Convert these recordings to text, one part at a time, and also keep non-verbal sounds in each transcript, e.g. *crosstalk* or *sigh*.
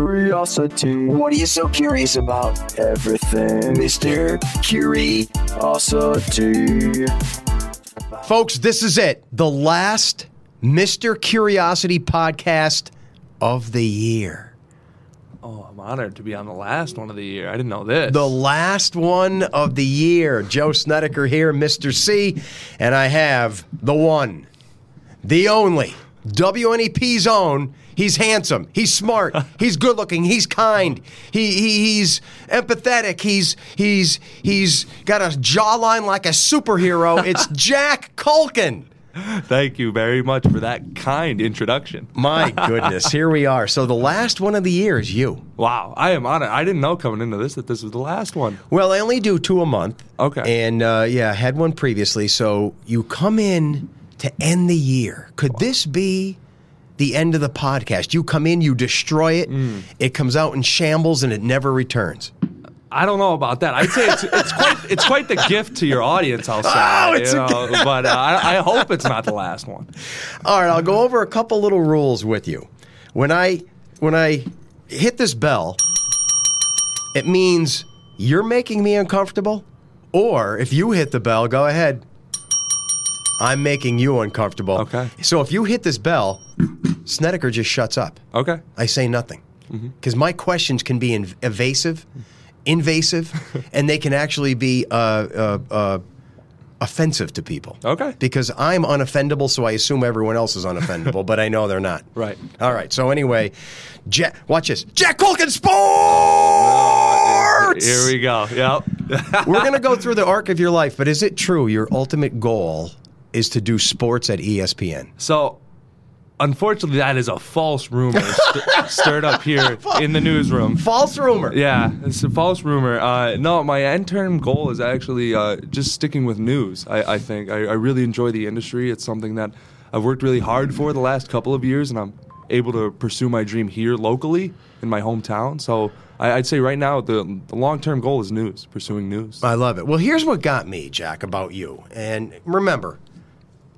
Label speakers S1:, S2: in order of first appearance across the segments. S1: Curiosity. What are you so curious about? Everything, Mr. Curiosity.
S2: Folks, this is it. The last Mr. Curiosity podcast of the year.
S3: Oh, I'm honored to be on the last one of the year. I didn't know this.
S2: The last one of the year. Joe Snedeker here, Mr. C, and I have the one, the only WNEP's own. He's handsome. He's smart. He's good looking. He's kind. He, he he's empathetic. He's he's he's got a jawline like a superhero. It's Jack Culkin.
S3: *laughs* Thank you very much for that kind introduction.
S2: My goodness, here we are. So the last one of the year is you.
S3: Wow, I am honored. I didn't know coming into this that this was the last one.
S2: Well, I only do two a month.
S3: Okay.
S2: And uh, yeah, I had one previously. So you come in to end the year. Could this be the end of the podcast? You come in, you destroy it, it comes out in shambles, and it never returns.
S3: I don't know about that. I'd say it's, it's quite it's quite the gift to your audience. I'll say,
S2: *laughs* Oh,
S3: you
S2: it's a
S3: know, but uh, I, I hope it's not the last one.
S2: All right, I'll go over a couple little rules with you. When I when I hit this bell, it means you're making me uncomfortable, or if you hit the bell, go ahead. I'm making you uncomfortable.
S3: Okay.
S2: So if you hit this bell, Snedeker just shuts up.
S3: Okay,
S2: I say nothing because my questions can be inv- evasive, invasive, and they can actually be uh, uh, uh, offensive to people.
S3: Okay.
S2: Because I'm unoffendable, so I assume everyone else is unoffendable, but I know they're not.
S3: *laughs* Right.
S2: All right. So anyway, Ja watch this. Jack Culkin sports.
S3: here we go. Yep.
S2: We're gonna go through the arc of your life, but is it true your ultimate goal is to do sports at E ESPN?
S3: So, unfortunately, that is a false rumor st- stirred
S2: *laughs*
S3: up here in the newsroom.
S2: False rumor.
S3: Yeah, it's a false rumor. Uh, no, my end term goal is actually uh, just sticking with news. I, I think I, I really enjoy the industry. It's something that I've worked really hard for the last couple of years, and I'm able to pursue my dream here locally in my hometown. So I, I'd say right now the, the long term goal is news, pursuing news.
S2: I love it. Well, here's what got me, Jack, about you. And remember,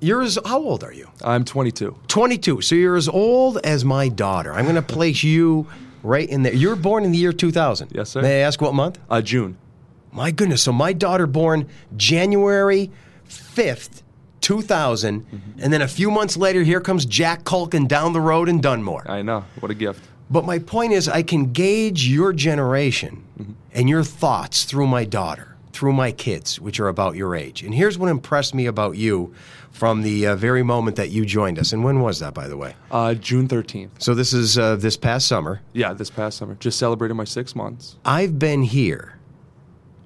S2: you're as how old are you?
S3: I'm 22.
S2: 22. So you're as old as my daughter. I'm going to place you right in there. You were born in the year 2000.
S3: Yes, sir.
S2: May I ask what month?
S3: Uh, June.
S2: My goodness. So my daughter born January 5th, 2000, and then a few months later here comes Jack Culkin down the road in Dunmore.
S3: I know. What a gift.
S2: But my point is, I can gauge your generation and your thoughts through my daughter, through my kids, which are about your age. And here's what impressed me about you from the uh, very moment that you joined us. And when was that, by the way?
S3: Uh, June 13th.
S2: So this is uh, this past summer.
S3: Yeah, this past summer. Just celebrated my six months.
S2: I've been here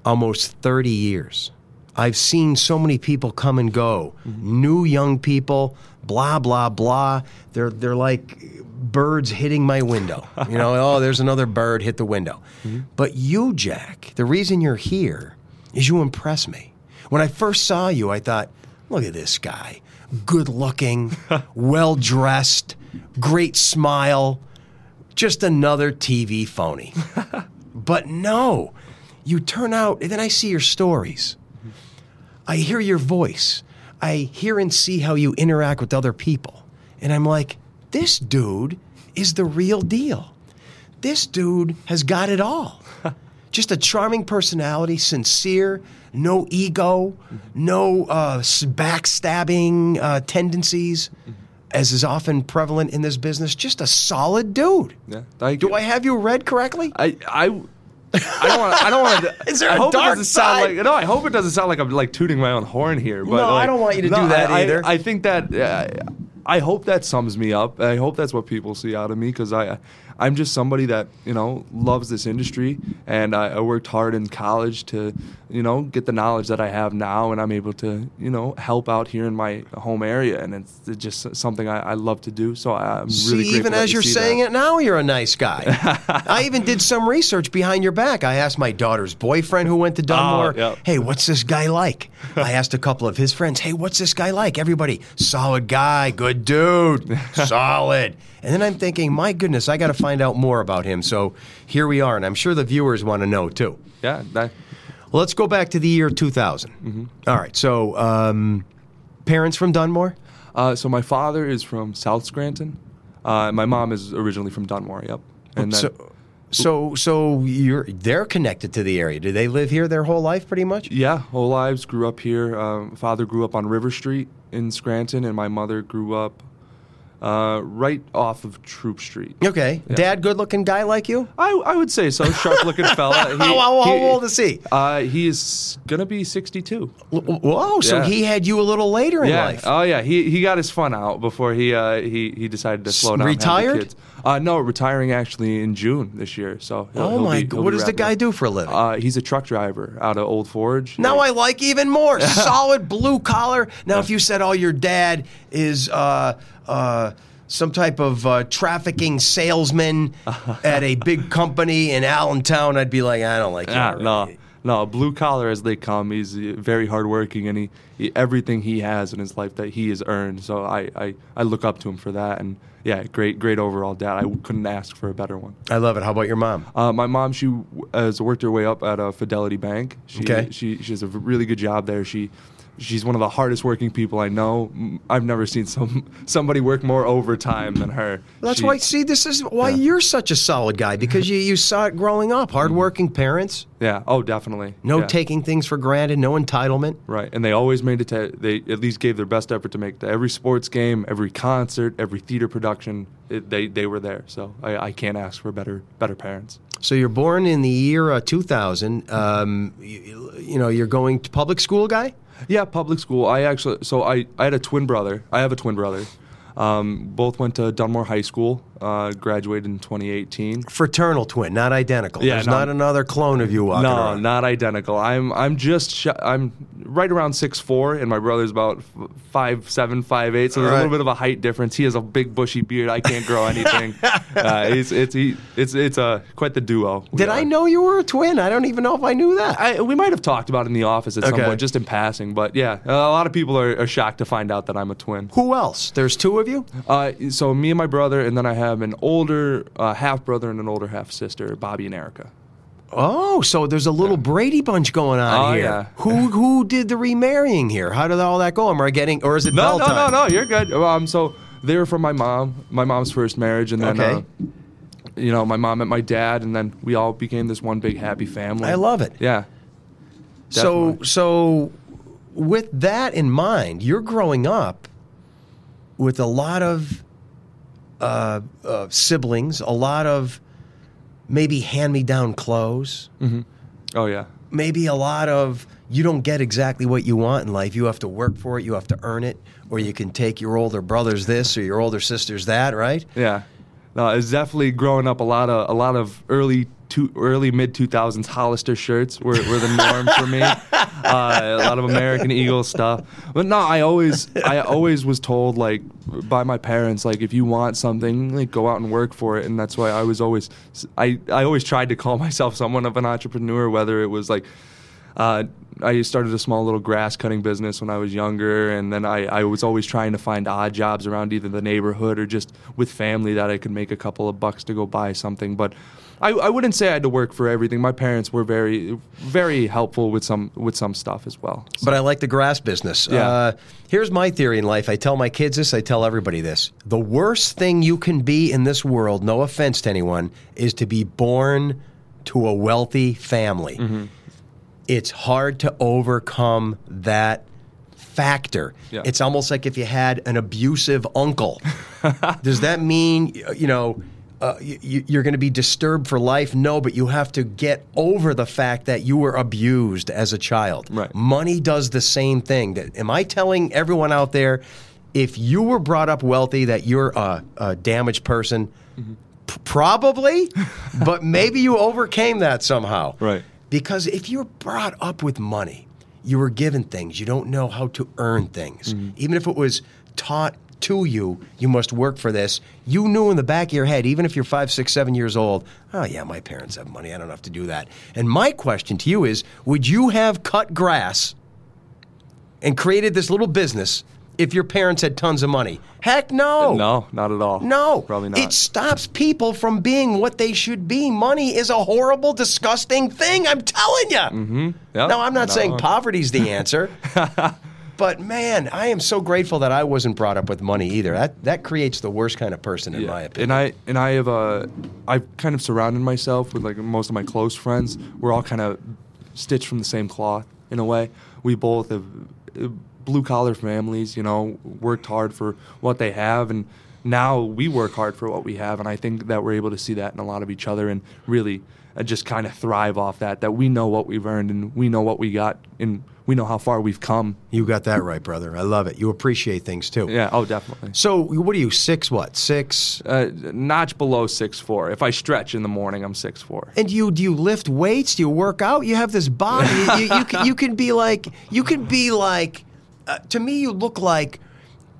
S2: almost 30 years. I've seen so many people come and go, new young people, blah blah blah. They're they're like birds hitting my window. You know, oh, there's another bird hit the window. But you, Jack, the reason you're here is you impress me. When I first saw you, I thought, look at this guy. Good looking, well dressed, great smile, just another TV phony. But no, you turn out, and then I see your stories. I hear your voice. I hear and see how you interact with other people. And I'm like, this dude is the real deal. This dude has got it all. Just a charming personality, sincere, no ego, no uh, s- backstabbing uh, tendencies, as is often prevalent in this business. Just a solid dude.
S3: Yeah, thank
S2: Do
S3: you.
S2: I have you read correctly?
S3: I I I don't want. I don't want to.
S2: *laughs* Is there
S3: I
S2: a
S3: hope
S2: dark
S3: it doesn't sound
S2: side?
S3: like. No, I hope it doesn't sound like I'm like tooting my own horn here. But
S2: No, I
S3: like-
S2: don't want you to do
S3: No,
S2: that
S3: I- I-
S2: either.
S3: I think that. Uh, I hope that sums me up. I hope that's what people see out of me because I, I'm just somebody that you know loves this industry, and I, I worked hard in college to, you know, get the knowledge that I have now, and I'm able to, you know, help out here in my home area, and it's, it's just something I, I love to do. So I, I'm really
S2: see,
S3: grateful
S2: even
S3: that
S2: as
S3: you
S2: you're
S3: see that.
S2: saying it now, you're a nice
S3: *laughs*
S2: guy. I even did some research behind your back. I asked my daughter's boyfriend who went to Dunmore,
S3: Ah, yep.
S2: hey, what's this guy
S3: *laughs*
S2: like? I asked a couple of his friends, hey, what's this guy like? Everybody, solid guy, good
S3: *laughs*
S2: dude, solid. And then I'm thinking, my goodness, I got to find out more about him. So here we are, and I'm sure the viewers want to know too.
S3: Yeah, that,
S2: Well, let's go back to the year 2000.
S3: Mm-hmm.
S2: All right, so um, parents from Dunmore?
S3: Uh, so my father is from South Scranton. Uh, my mom is originally from Dunmore. Yep. And then,
S2: So, so, so you're they're connected to the area. Do they live here their whole life, pretty much?
S3: yeah, whole lives grew up here. Um, father grew up on River Street in Scranton, and my mother grew up uh, right off of Troop Street.
S2: Okay. Dad, good-looking guy like you.
S3: I, I would say *laughs* so. Sharp looking fella. He,
S2: How, how, how old is he?
S3: Uh, he is gonna be 62.
S2: L- Whoa! So
S3: Yeah.
S2: he had you a little later in
S3: yeah.
S2: life.
S3: Oh yeah. He he got his fun out before he uh, he he decided to slow down. and have the
S2: retired?
S3: kids. Uh, no, retiring actually in June this year. So he'll-
S2: oh
S3: he'll
S2: my!
S3: be-
S2: God.
S3: he'll
S2: What
S3: be
S2: does the
S3: wrapping up.
S2: guy do for a living?
S3: Uh, he's a truck driver out of Old Forge.
S2: Now I like even
S3: *laughs*
S2: more. Solid blue collar. Now, if you said, "Oh, your dad is uh, uh, some type of uh, trafficking
S3: *laughs*
S2: salesman at a big company in Allentown," I'd be like, "I don't like you."
S3: Ah,
S2: already."
S3: no, no, blue collar as they come. He's uh, very hardworking, and he, he everything he has in his life that he has earned. So I, I, I look up to him for that, and yeah, great great overall dad. I w- couldn't ask for a better one.
S2: I love it. How about your mom?
S3: Uh, my mom, she w- has worked her way up at a Fidelity Bank. She,
S2: Okay.
S3: she she has a really good job there. She she's one of the hardest working people I know. Mm, I've never seen some somebody work more overtime than her.
S2: That's
S3: She- Mm-hmm.
S2: why. See, this is why you're such a solid guy because you you saw it growing up. Hardworking parents,
S3: Yeah. Oh, definitely.
S2: no
S3: Mm-hmm. yeah.
S2: taking things for granted, no entitlement.
S3: Right, and they always made it to. They at least gave their best effort to make it to every sports game, every concert, every theater production. It, they they were there, so I, I can't ask for better better parents.
S2: So you're born in the year uh, 2000.
S3: Mm-hmm.
S2: Um, you, you know, you're going to public school, guy.
S3: Yeah, public school. I actually so I I had a twin brother. I have a twin brother. Um, both went to Dunmore High School. Uh, graduated in 2018.
S2: fraternal twin, not identical.
S3: Yeah,
S2: There's
S3: no.
S2: not another clone of you walking
S3: No,
S2: around.
S3: not identical. I'm I'm just sh- I'm right around six four, and my brother's about f- five seven, five eight. So there's
S2: All
S3: a
S2: right.
S3: little bit of a height difference. He has a big bushy beard. I can't grow *laughs* anything. uh, it's it's he, it's it's uh, quite the duo. we
S2: Did
S3: are.
S2: I know you were a twin? I don't even know if I knew that.
S3: I, we might have talked about it in the office at
S2: Okay.
S3: some point, just in passing. But yeah, a lot of people are, are shocked to find out that I'm a twin.
S2: Who else? There's two of you?
S3: Uh, so me and my brother, and then I have an older uh, half brother and an older half sister, Bobby and Erica.
S2: Oh, so there's a little Brady bunch going on
S3: Oh,
S2: here.
S3: yeah.
S2: Who who did the remarrying here? How did all that go? Am I getting or is it bell
S3: No, no,
S2: time?
S3: no, no. You're good. Um, so they were from my mom, my mom's first marriage, and then,
S2: Okay.
S3: uh, you know, my mom met my dad, and then we all became this one big happy family.
S2: I love it.
S3: Yeah.
S2: So
S3: definitely.
S2: so with that in mind, you're growing up with a lot of uh, uh, siblings, a lot of maybe hand-me-down clothes.
S3: Oh yeah.
S2: maybe a lot of you don't get exactly what you want in life. You have to work for it, you have to earn it, or you can take your older brother's this or your older sister's that, right?
S3: Yeah. No, it's definitely growing up a lot of a lot of early two, early mid two thousands Hollister shirts were, were the norm for me. Uh, a lot of American Eagle stuff, but no, I always I always was told like by my parents like if you want something like go out and work for it, and that's why I was always I I always tried to call *laughs* myself someone of an entrepreneur, whether it was like uh, I started a small little grass cutting business when I was younger, and then I, I was always trying to find odd jobs around either the neighborhood or just with family that I could make a couple of bucks to go buy something. But I, I wouldn't say I had to work for everything. My parents were very very helpful with some with some stuff as well. So-
S2: But I like the grass business.
S3: Yeah.
S2: Uh, here's my theory in life. I tell my kids this, I tell everybody this. The worst thing you can be in this world, no offense to anyone, is to be born to a wealthy family.
S3: Mm-hmm.
S2: It's hard to overcome that factor.
S3: Yeah.
S2: It's almost like if you had an abusive
S3: *laughs*
S2: uncle. *laughs* Does that mean you know uh, you, you're going to be disturbed for life? No, but you have to get over the fact that you were abused as a child.
S3: Right.
S2: Money does the same thing. That am I telling everyone out there? If you were brought up wealthy, that you're a, a damaged person. P-
S3: *laughs*
S2: Probably, but maybe you overcame that somehow.
S3: Right.
S2: Because if you're brought up with money, you were given things, you don't know how to earn things.
S3: Mm-hmm.
S2: Even if it was taught to you, you must work for this. You knew in the back of your head, even if you're five, six, seven years old, oh, yeah, my parents have money. I don't have to do that. And my question to you is would you have cut grass and created this little business if your parents had tons of money? Heck no.
S3: no, not at all.
S2: No,
S3: probably not.
S2: It stops people from being what they should be. Money is a horrible, disgusting thing. I'm telling you.
S3: Yeah,
S2: No, I'm not
S3: Mm-hmm. no. *laughs*
S2: saying poverty's the answer, But man, I am so grateful that I wasn't brought up with money either. That that creates the worst kind of person in
S3: Yeah.
S2: my opinion.
S3: And I and I have uh, I've kind of surrounded myself with like most of my close friends. We're all kind of stitched from the same cloth in a way. We both have uh, blue collar families, you know, worked hard for what they have and now we work hard for what we have and I think that we're able to see that in a lot of each other and really uh, just kind of thrive off that that we know what we've earned and we know what we got and we know how far we've come.
S2: you got that right, brother. I love it. You appreciate things too.
S3: Yeah, oh definitely.
S2: So what are you six? What six?
S3: Uh, notch below six four. If I stretch in the morning, I'm six four.
S2: And you do you lift weights? Do you work out? You have this body. you, you, you, can, you can be like you can be like. Uh, to me, you look like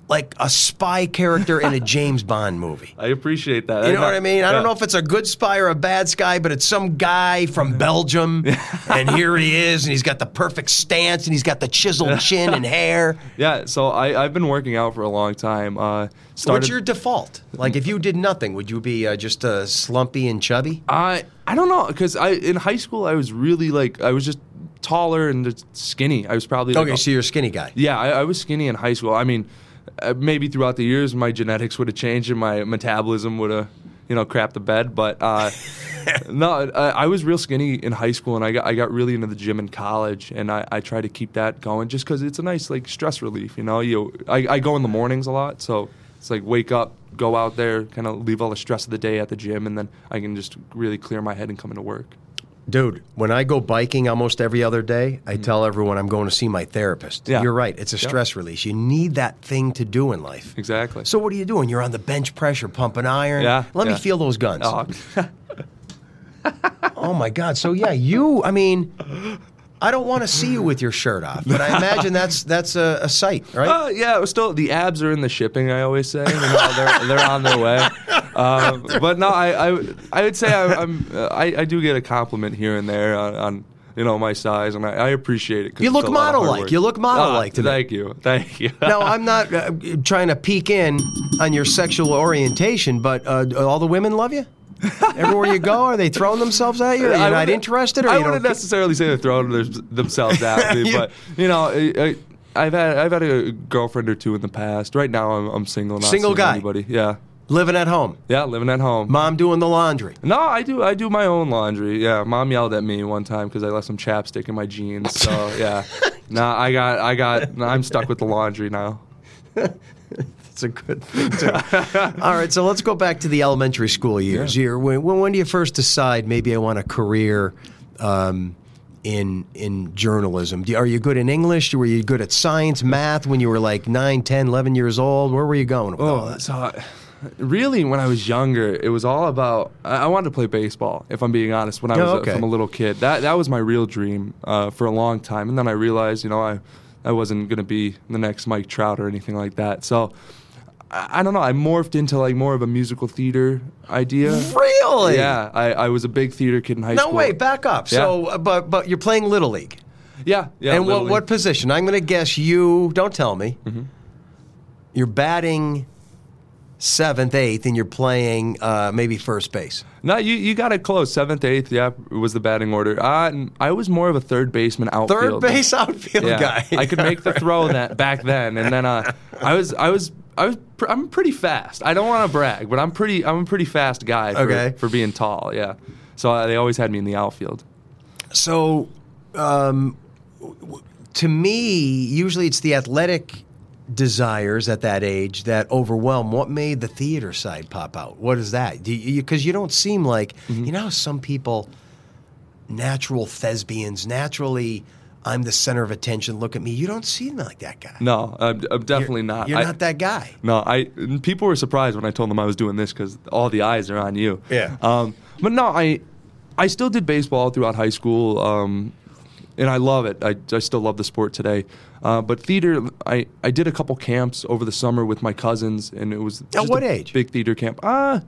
S2: like a spy character in a James Bond movie.
S3: I appreciate that.
S2: You know what I mean? I don't
S3: Yeah.
S2: know if it's a good spy or a bad spy, but it's some guy from Belgium, and here he is, and he's got the perfect stance, and he's got the chiseled chin and hair.
S3: Yeah, so I, I've been working out for a long time. Uh, started.
S2: What's your default? Like, if you did nothing, would you be uh, just uh, slumpy and chubby?
S3: I I don't know because I in high school I was really like I was just taller and just skinny. I was probably like,
S2: Okay, so you're a skinny guy.
S3: yeah, I, I was skinny in high school. I mean, uh, maybe throughout the years my genetics would have changed and my metabolism would have you know crapped the bed, but. Uh, No, I, I was real skinny in high school, and I got I got really into the gym in college, and I, I try to keep that going just because it's a nice like stress relief, you know. You I, I go in the mornings a lot, so it's like wake up, go out there, kind of leave all the stress of the day at the gym, and then I can just really clear my head and come into work.
S2: Dude, when I go biking almost every other day, I tell everyone I'm going to see my therapist.
S3: Mm-hmm. Yeah.
S2: You're right. It's a
S3: Yeah.
S2: stress release. You need that thing to do in life.
S3: Exactly.
S2: So, what are you doing? You're on the bench pressure, pumping iron.
S3: Yeah,
S2: Let me
S3: yeah.
S2: feel those guns.
S3: Oh,
S2: Oh my God! So yeah, you. I mean, I don't want to see you with your shirt off, but I imagine that's that's a, a sight, right?
S3: *laughs* Uh, yeah, it was still the abs are in the shipping. I always say, you know, they're they're on
S2: *laughs*
S3: their way. Um, but no, I, I I would say I, I'm uh, I, I do get a compliment here and there on, on you know my size, and I, I appreciate it. 'cause
S2: You
S3: it's
S2: look
S3: a lot of hard
S2: model-like.
S3: work.
S2: You look model-like
S3: Ah,
S2: to me.
S3: Thank you, thank you. *laughs*
S2: Now I'm not uh, trying to peek in on your sexual orientation, but uh, do all the women love you. Everywhere you go, are they throwing themselves at you? Are you not
S3: I wouldn't-
S2: interested? Or
S3: I
S2: you
S3: wouldn't
S2: don't-
S3: necessarily say they're throwing their-
S2: *laughs*
S3: themselves at me,
S2: You-
S3: but you know. I, I, I've had I've had a girlfriend or two in the past. Right now, I'm, I'm single. Not
S2: Single
S3: seeing
S2: guy.
S3: Anybody. Yeah,
S2: living at home,
S3: yeah. Living at home.
S2: mom doing the laundry.
S3: No, I do. I do my own laundry. Yeah, mom yelled at me one time because I left some chapstick in my jeans. So yeah, no, I got, I got, I'm stuck with the laundry now.
S2: It's a good thing too. *laughs* All right, so let's go back to the elementary school years. Year when, when when do you first decide maybe I want a career um, in in journalism? Do, are you good in English? Were you good at science, math when you were like 9, 10, 11 years old? Where were you going? With all
S3: Oh,
S2: that?
S3: so I- really, when I was younger, it was all about. I I wanted to play baseball. If I'm being honest, when I
S2: Oh,
S3: was
S2: okay.
S3: a, from a little kid, that that was my real dream uh, for a long time. And then I realized, you know, I I wasn't gonna be the next Mike Trout or anything like that. So. I I don't know. I morphed into like more of a musical theater idea.
S2: Really?
S3: Yeah, I, I was a big theater kid in high
S2: No
S3: school.
S2: way. Back up. So, uh, but but you're playing little league.
S3: Yeah, yeah.
S2: and what
S3: literally. Mm-hmm.
S2: what position? I'm going to guess you. Don't tell me. You're batting seventh, eighth, and you're playing uh, maybe first base.
S3: No, you, you got it close. Seventh, eighth. Yeah, was the batting order. I I was more of a third baseman
S2: Third
S3: outfield.
S2: base *laughs* outfield
S3: yeah.
S2: guy.
S3: I could make the throw that back then, and then uh, I was I was. I was pr- I'm pretty fast. I don't want to brag, but I'm pretty I'm a pretty fast guy for,
S2: Okay.
S3: for being tall. Yeah, so uh, they always had me in the outfield.
S2: So, um, w- to me, usually it's the athletic desires at that age that overwhelm. What made the theater side pop out? What is that? Because you, 'cause you don't seem like
S3: Mm-hmm.
S2: you know how some people, natural thespians, naturally. I'm the center of attention. Look at me. You don't seem like that guy.
S3: No, I'm, I'm definitely not.
S2: You're
S3: I-
S2: not that guy.
S3: No, I people were surprised when I told them I was doing this because all the eyes are on you.
S2: Yeah.
S3: Um, but no, I I still did baseball throughout high school, um, and I love it. I, I still love the sport today. Uh, but theater, I, I did a couple camps over the summer with my cousins, and it was just
S2: what
S3: a
S2: age?
S3: Big theater camp. Ah,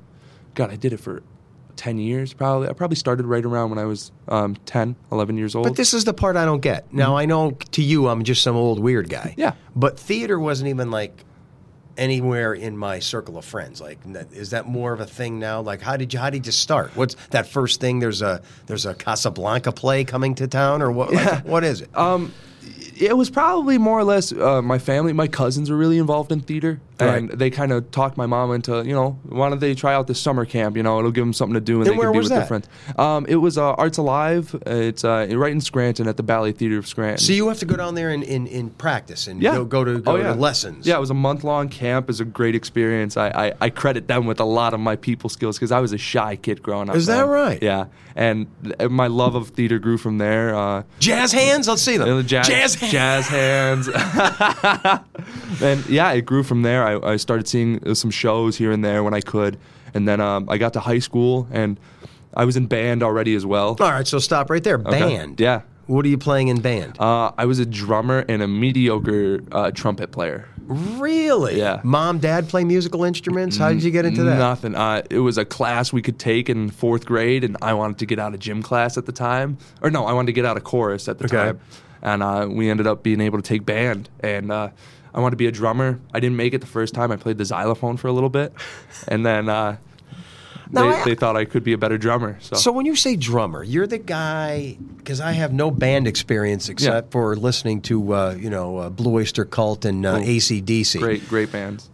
S3: God, I did it for. 10 years probably i probably started right around when i was um, 10 11 years old
S2: But this is the part I don't get. Now I know to you I'm just some old weird guy.
S3: Mm-hmm. Yeah.
S2: But theater wasn't even like anywhere in my circle of friends. Like n- is that more of a thing now? Like how did you how did you start? What's that first thing? There's a there's a Casablanca play coming to town or what? Like, what is it?
S3: Um, it was probably more or less uh, my family, my cousins were really involved in theater, and
S2: Right.
S3: they kind of talked my mom into, you know, why don't they try out this summer camp? You know, it'll give them something to do, and,
S2: And
S3: they
S2: where
S3: can be
S2: was
S3: with their
S2: that?
S3: friends. Um, it was uh, Arts Alive. Uh, It's uh, right in Scranton at the Ballet Theater of Scranton.
S2: So you have to go down there and, and, and practice and
S3: yeah.
S2: go, go to go
S3: Oh, yeah.
S2: to lessons.
S3: Yeah, it was a month long camp. It was a great experience. I, I, I credit them with a lot of my people skills because I was a shy kid growing up.
S2: Is that
S3: man.
S2: right?
S3: Yeah. And th- my love of theater grew from there. Uh,
S2: Jazz hands. Let's see
S3: Uh,
S2: them.
S3: jazz,
S2: jazz hands.
S3: jazz hands. *laughs* and yeah, it grew from there. I, I started seeing uh, some shows here and there when I could, and then um, I got to high school and I was in band already as well.
S2: All right, so stop right there. Oh, Band.
S3: Yeah.
S2: What are you playing in band?
S3: Uh, I was a drummer and a mediocre uh, trumpet player.
S2: really?
S3: yeah.
S2: Mom, dad play musical instruments. How did you get into that?
S3: Nothing. Uh, it was a class we could take in fourth grade, and I wanted to get out of gym class at the time. Or no, I wanted to get out of chorus at the
S2: Okay.
S3: time. And uh, we ended up being able to take band. And uh, I wanted to be a drummer. I didn't make it the first time. I played the xylophone for a
S2: *laughs*
S3: little bit, and then uh, they,
S2: Now I-
S3: they thought I could be a better drummer. So,
S2: So when you say drummer, you're the guy because I have no band experience except for listening to uh, you know uh, Blue Oyster Cult and uh, ACDC.
S3: great, great bands.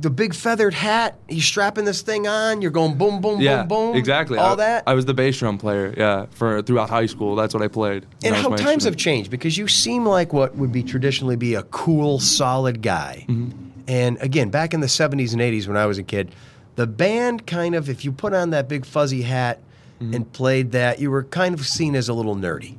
S2: The big feathered hat. He's strapping this thing on. You're going boom, boom,
S3: Yeah,
S2: boom, boom.
S3: exactly.
S2: All
S3: I,
S2: that.
S3: I was the bass drum player. Yeah, for throughout high school, that's what I played.
S2: and
S3: That was
S2: how
S3: my
S2: times have
S3: instrument.
S2: changed because you seem like what would be traditionally be a cool, solid guy.
S3: Mm-hmm.
S2: And again, back in the 70s and 80s when I was a kid, the band kind of, if you put on that big fuzzy hat
S3: Mm-hmm.
S2: and played that, you were kind of seen as a little nerdy.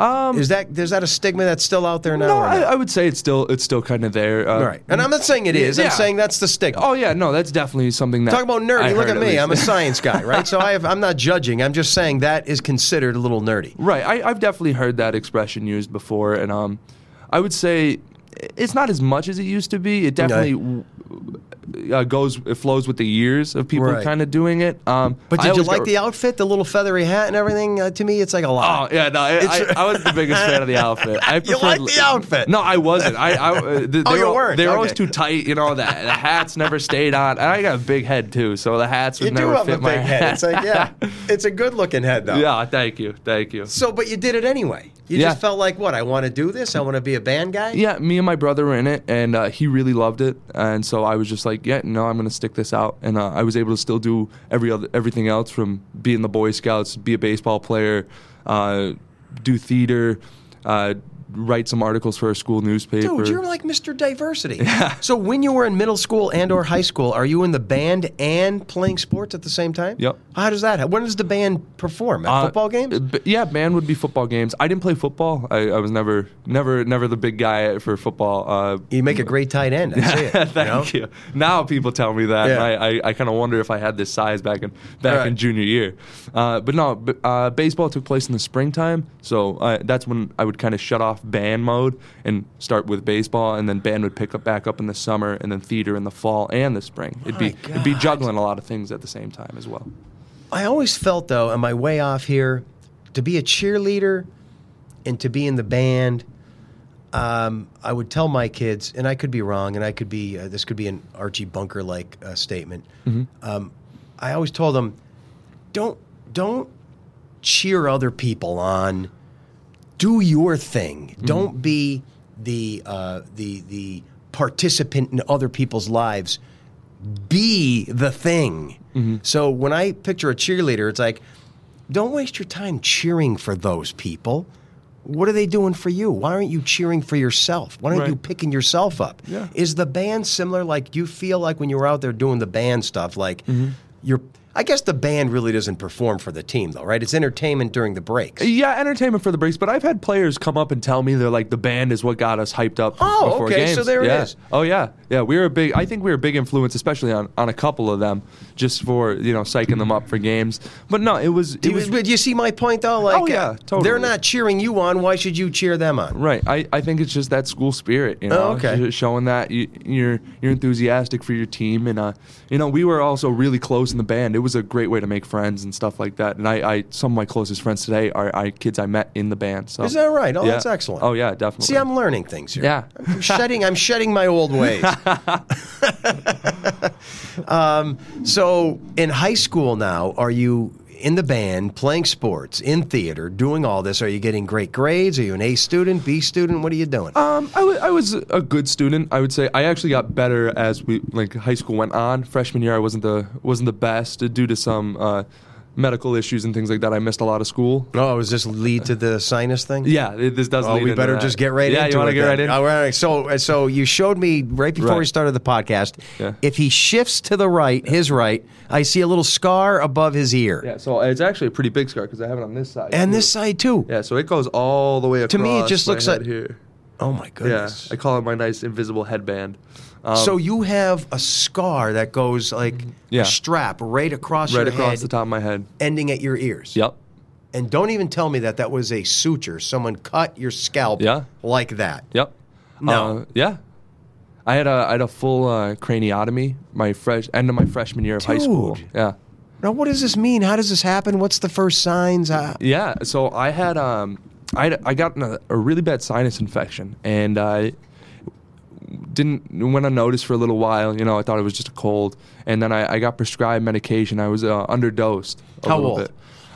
S2: Um, is that is that a stigma that's still out there now?
S3: No,
S2: or
S3: I,
S2: not?
S3: I would say it's still it's still kind of there. Uh,
S2: All right, and I'm not saying it is.
S3: Yeah.
S2: I'm saying that's the stigma.
S3: Oh yeah, no, that's definitely something that
S2: Talk about nerdy.
S3: I
S2: Look
S3: heard
S2: at me. I'm a
S3: least.
S2: science guy, right? So I have, I'm not judging. I'm just saying that is considered a little nerdy.
S3: *laughs* right. I, I've definitely heard that expression used before, and um, I would say it's not as much as it used to be. It definitely uh, goes, it flows with the years of people
S2: Right.
S3: kind of doing it. Um,
S2: But
S3: I
S2: did you
S3: always
S2: like
S3: got-
S2: the outfit, the little feathery hat, and everything? Uh, to me, it's like a
S3: *laughs* Oh
S2: lot.
S3: yeah, no, I, I, I was the biggest fan of the outfit. I
S2: *laughs* You liked
S3: preferred-
S2: the outfit.
S3: No, I wasn't.
S2: *laughs*
S3: I, I uh, th- they,
S2: Oh, you
S3: were, al-
S2: weren't.
S3: They were always
S2: Okay.
S3: too tight. You know that the hats never stayed on, and I got a big head too, so the hats would
S2: you do
S3: never
S2: have
S3: fit
S2: a
S3: my
S2: big head.
S3: *laughs*
S2: It's like yeah, it's a good looking head though.
S3: yeah, thank you, thank you.
S2: So, but you did it anyway. You
S3: Yeah.
S2: just felt like what? I want to do this. I want to be a band guy.
S3: Yeah, me and my brother were in it, and uh, he really loved it. And so I was just like, yeah, no, I'm gonna stick this out. And uh, I was able to still do every other everything else from being the Boy Scouts, be a baseball player, uh, do theater, uh, write some articles for a school newspaper.
S2: Dude, you're like Mr. Diversity. So when you were in middle school and or high school, are you in the band and playing sports at the same time?
S3: Yep.
S2: How does that? happen? When does the band perform at
S3: Uh,
S2: football games?
S3: b- yeah, band would be football games. I didn't play football. I, I was never, never, never the big guy for football. Uh,
S2: You make a great tight end. I see it.
S3: *laughs* Thank
S2: you. know?
S3: you, Now people tell me that.
S2: Yeah.
S3: and I, I, I kind of wonder if I had this size back in back
S2: Right.
S3: in junior year. Uh, but no, b- uh, baseball took place in the springtime, so uh, that's when I would kind of shut off band mode and start with baseball, and then band would pick up back up in the summer, and then theater in the fall and the spring. It'd be
S2: My
S3: it'd be
S2: God.
S3: juggling a lot of things at the same time as well.
S2: I always felt though, on my way off here, to be a cheerleader and to be in the band, um, I would tell my kids, and I could be wrong, and I could be uh, this could be an Archie Bunker like uh, statement. Um, I always told them, don't don't cheer other people on. Do your thing.
S3: Mm-hmm.
S2: Don't be the uh, the the participant in other people's lives be the thing.
S3: Mm-hmm.
S2: So when I picture a cheerleader, it's like, don't waste your time cheering for those people. What are they doing for you? Why aren't you cheering for yourself? Why aren't
S3: Right.
S2: you picking yourself up?
S3: Yeah.
S2: Is the band similar? Like you feel like when you were out there doing the band stuff, like
S3: Mm-hmm.
S2: you're. I guess the band really doesn't perform for the team though, right? It's entertainment during the breaks.
S3: Yeah, entertainment for the breaks, but I've had players come up and tell me they're like the band is what got us hyped up.
S2: Oh,
S3: before
S2: okay,
S3: games.
S2: so there it
S3: yeah.
S2: is.
S3: Oh yeah, yeah. We were a big. I think we were a big influence, especially on, on a couple of them, just for you know psyching them up for games. But no, it was it
S2: Do
S3: was
S2: you, do you see my point though? Like,
S3: Oh, yeah,
S2: uh,
S3: totally.
S2: They're not cheering you on. Why should you cheer them on?
S3: right. I, I think it's just that school spirit, you know,
S2: Oh, okay.
S3: just showing that you, you're you're enthusiastic for your team, and uh, you know, we were also really close in the band. It was a great way to make friends and stuff like that. And I, I some of my closest friends today are, are kids I met in the band. So
S2: Is that right? Oh,
S3: Yeah.
S2: that's excellent.
S3: Oh yeah, definitely.
S2: See, I'm learning things here.
S3: Yeah.
S2: I'm shedding. I'm shedding my old
S3: *laughs*
S2: ways. um, so in high school now, are you in the band, playing sports, in theater, doing all this? Are you getting great grades? Are you an A student, B student? What are you doing?
S3: Um, I wa- I was a good student. I would say I actually got better as we like high school went on. Freshman year, I wasn't the wasn't the best due to some uh, medical issues and things like that. I missed a lot of school.
S2: oh, does this lead to the sinus thing?
S3: Yeah, it- this does.
S2: Oh,
S3: lead
S2: we
S3: into
S2: better
S3: that.
S2: just get right
S3: yeah,
S2: into
S3: you
S2: it.
S3: wanna get
S2: then.
S3: right in?
S2: All right. So, so you showed me right before we
S3: Right.
S2: started the podcast.
S3: Yeah.
S2: If he shifts to the right, his right, I see a little scar above his ear,
S3: Yeah, so it's actually a pretty big scar because I have it on this side.
S2: and
S3: too.
S2: this side too.
S3: Yeah, so it goes all the way across.
S2: To me, it just
S3: my
S2: looks
S3: head
S2: like-
S3: here.
S2: Oh my
S3: Yeah,
S2: goodness.
S3: I call it my nice invisible headband. Um,
S2: so you have a scar that goes like
S3: Yeah.
S2: a strap right across
S3: right
S2: your
S3: across
S2: head,
S3: the top of my head.
S2: ending at your ears.
S3: Yep.
S2: And don't even tell me that that was a suture. Someone cut your scalp
S3: Yeah.
S2: like that.
S3: Yep.
S2: No.
S3: Uh, yeah. I had a I had a full uh, craniotomy my fresh end of my freshman year of high school.
S2: Dude.
S3: Yeah.
S2: Now, what does this mean? How does this happen? What's the first signs? Uh,
S3: Yeah. So I had um I had, I got in a, a really bad sinus infection and I didn't went unnoticed for a little while. You know, I thought it was just a cold, and then I, I got prescribed medication. I was uh, underdosed. A
S2: How
S3: little
S2: old?
S3: Bit.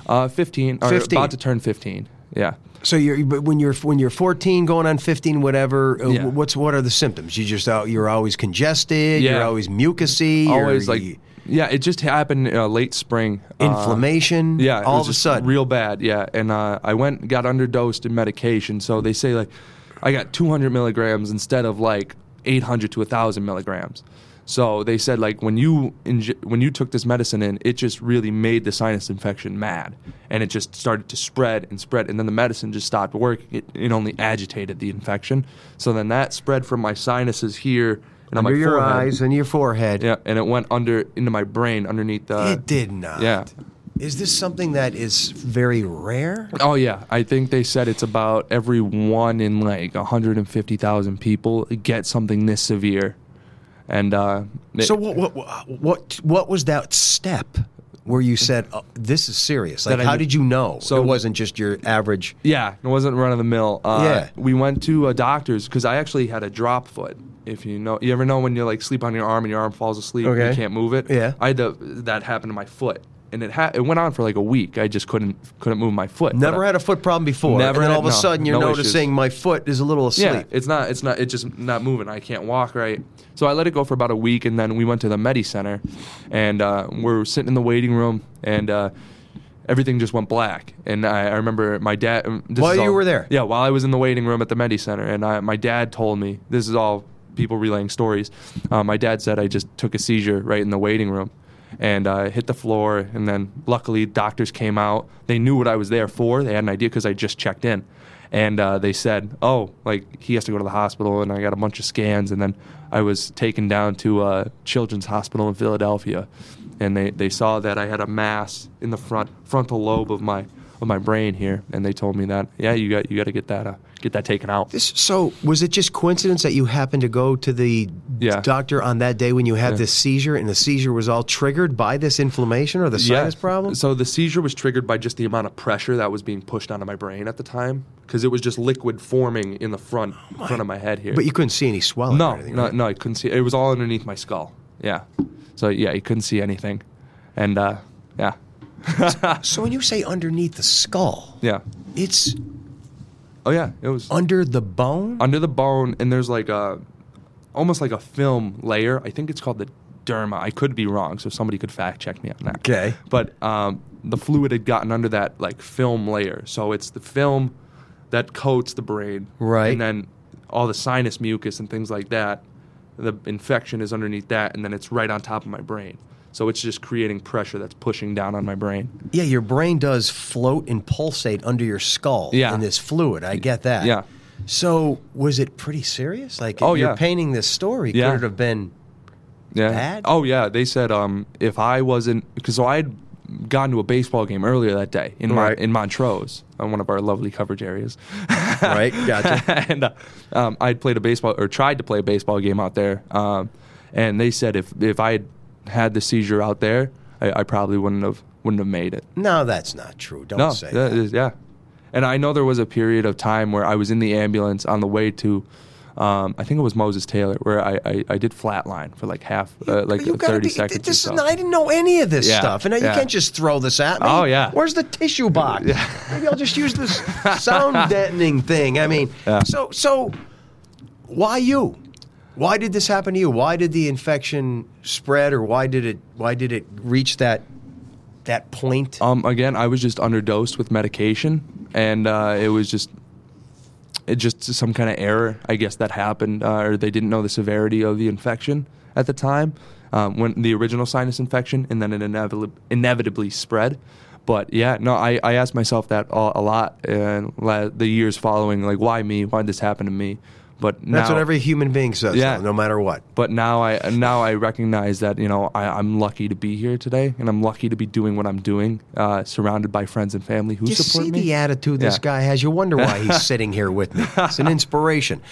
S3: Uh, fifteen. Or
S2: 15.
S3: About to turn fifteen. Yeah.
S2: so you're but when you're when you're 14, going on 15, whatever. Uh,
S3: Yeah.
S2: What's what are the symptoms? You just out. You're always congested. You're
S3: Yeah.
S2: always mucusy. you're-
S3: Always
S2: you-
S3: like. Yeah, it just happened uh, late spring. Uh,
S2: inflammation.
S3: Yeah, it
S2: all
S3: was
S2: of a
S3: just
S2: sudden.
S3: real bad. Yeah, and uh, I went and got underdosed in medication. So they say like I got 200 milligrams instead of like 800 to 1,000 milligrams. So they said like when you inj- when you took this medicine in, it just really made the sinus infection mad, and it just started to spread and spread, and then the medicine just stopped working. It, it only agitated the infection. So then that spread from my sinuses here and on my
S2: under your
S3: forehead.
S2: eyes and your forehead.
S3: Yeah, and it went under into my brain underneath the.
S2: it did not.
S3: yeah.
S2: Is this something that is very rare?
S3: Oh yeah, I think they said it's about every one in like 150,000 people get something this severe, and uh, it-
S2: So what what what what was that step where you said oh, this is serious? Like
S3: That I
S2: how
S3: knew-
S2: did you know?
S3: So-
S2: it wasn't just your average.
S3: yeah, it wasn't run of the mill. Uh,
S2: Yeah.
S3: we went to a doctor's because I actually had a drop foot. If you know, you ever know when you like sleep on your arm and your arm falls asleep, and
S2: Okay.
S3: you can't move it.
S2: Yeah.
S3: I had the, that happened to my foot, and it ha- it went on for like a week. I just couldn't couldn't move my foot. But
S2: Never
S3: I-
S2: had a foot problem before.
S3: Never
S2: and then
S3: had-
S2: all of a
S3: no,
S2: sudden you're
S3: no
S2: noticing
S3: issues.
S2: my foot is a little asleep.
S3: Yeah, it's not. It's not. It's just not moving. I can't walk right. So I let it go for about a week, and then we went to the Medi Center, and uh, we're sitting in the waiting room, and uh, everything just went black. And I, I remember my dad. um, this
S2: While
S3: is
S2: you
S3: all-
S2: were there?
S3: Yeah, while I was in the waiting room at the Medi Center, and I, my dad told me this is all people relaying stories. Uh, my dad said I just took a seizure right in the waiting room. And uh, hit the floor, and then luckily doctors came out. They knew what I was there for. They had an idea because I just checked in, and uh, they said, "Oh, like he has to go to the hospital." And I got a bunch of scans, and then I was taken down to uh, Children's Hospital in Philadelphia, and they, they saw that I had a mass in the front frontal lobe of my of my brain here, and they told me that, "Yeah, you got you got to get that uh, get that taken out."
S2: This, so was it just coincidence that you happened to go to the
S3: Yeah.
S2: doctor on that day when you had this seizure and the seizure was all triggered by this inflammation or the sinus
S3: Yeah.
S2: problem?
S3: So the seizure was triggered by just the amount of pressure that was being pushed onto my brain at the time, because it was just liquid forming in the front front of my head here.
S2: Oh But you couldn't see any swelling or
S3: No,
S2: anything.
S3: no,
S2: right?
S3: no, I couldn't see. It was all underneath my skull. Yeah. So yeah, you couldn't see anything, and uh, yeah,
S2: So when you say underneath the skull,
S3: yeah.
S2: it's
S3: Oh yeah, it was
S2: under the bone?
S3: under the bone, and there's like a, almost like a film layer. I think it's called the derma. I could be wrong, so somebody could fact check me on that.
S2: Okay.
S3: But um, the fluid had gotten under that like film layer, so it's the film that coats the brain,
S2: Right.
S3: And then all the sinus mucus and things like that. The infection is underneath that, and then it's right on top of my brain. So it's just creating pressure that's pushing down on my brain.
S2: Yeah, your brain does float and pulsate under your skull
S3: Yeah.
S2: in this fluid. I get that.
S3: Yeah.
S2: So was it pretty serious? Like,
S3: Oh,
S2: you're
S3: yeah.
S2: painting this story.
S3: Yeah.
S2: Could it have been?
S3: Yeah.
S2: bad?
S3: Oh yeah, they said um, if I wasn't because so I had gone to a baseball game earlier that day in Mon-
S2: Right.
S3: in Montrose, on one of our lovely coverage areas, *laughs*
S2: Right. Gotcha.
S3: and uh, um, I'd played a baseball or tried to play a baseball game out there, um, and they said if if I had had the seizure out there, I, I probably wouldn't have wouldn't have made it.
S2: no, that's not true. Don't
S3: No,
S2: say
S3: that
S2: that.
S3: is- yeah. And I know there was a period of time where I was in the ambulance on the way to Um, I think it was Moses Taylor where I, I, I did flatline for like half, uh, like
S2: you gotta
S3: 30
S2: be,
S3: seconds.
S2: This
S3: and
S2: is,
S3: stuff.
S2: I didn't know any of this
S3: Yeah,
S2: stuff, and now
S3: yeah.
S2: you can't just throw this at me.
S3: Oh, *laughs* yeah.
S2: where's the tissue box? Maybe I'll just use this
S3: *laughs*
S2: sound deadening thing. I mean,
S3: Yeah.
S2: so so, why you? Why did this happen to you? Why did the infection spread, or why did it why did it reach that that point?
S3: Um, again, I was just underdosed with medication, and uh, it was just it just some kind of error, I guess, that happened, uh, or they didn't know the severity of the infection at the time, um, when the original sinus infection, and then it inevitably, inevitably spread. But yeah, no, I, I asked myself that a, a lot in la- the years following, like, why me? Why did this happen to me? But now,
S2: That's what every human being says,
S3: Yeah.
S2: though, no matter what.
S3: but now I now I recognize that you know I, I'm lucky to be here today, and I'm lucky to be doing what I'm doing, uh, surrounded by friends and family who
S2: You
S3: support
S2: see
S3: me.
S2: the attitude this
S3: Yeah.
S2: guy has. You wonder why
S3: *laughs*
S2: he's sitting here with me. It's an inspiration.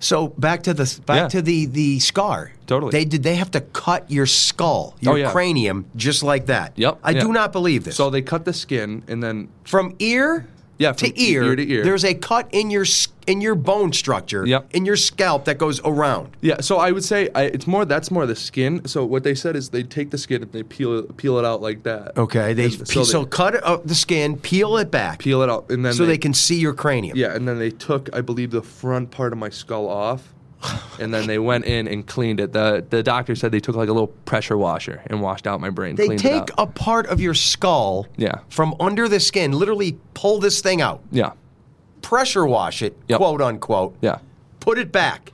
S2: So back to the back
S3: Yeah.
S2: to the the scar.
S3: Totally.
S2: They did. They have to cut your skull, your
S3: Oh, yeah.
S2: cranium, just like that.
S3: Yep,
S2: I
S3: yeah.
S2: do not believe this.
S3: So they cut the skin, and then
S2: from ear.
S3: Yeah,
S2: to
S3: from e-
S2: ear,
S3: ear to ear.
S2: There's a cut in your s- in your bone structure,
S3: Yep.
S2: in your scalp that goes around.
S3: yeah. So I would say I, it's more that's more the skin. So what they said is they take the skin and they peel it, peel it out like that.
S2: Okay, they
S3: And
S2: so, cut up the skin, peel it back,
S3: peel it out, and then
S2: so they, can see your cranium.
S3: yeah, and then they took I believe the front part of my skull off.
S2: *laughs*
S3: And then they went in and cleaned it. The the doctor said they took like a little pressure washer and washed out my brain.
S2: They
S3: cleaned it
S2: take
S3: out.
S2: a part of your skull
S3: Yeah.
S2: from under the skin, literally pull this thing out,
S3: yeah,
S2: pressure wash it,
S3: Yep.
S2: quote unquote,
S3: yeah.
S2: put it back.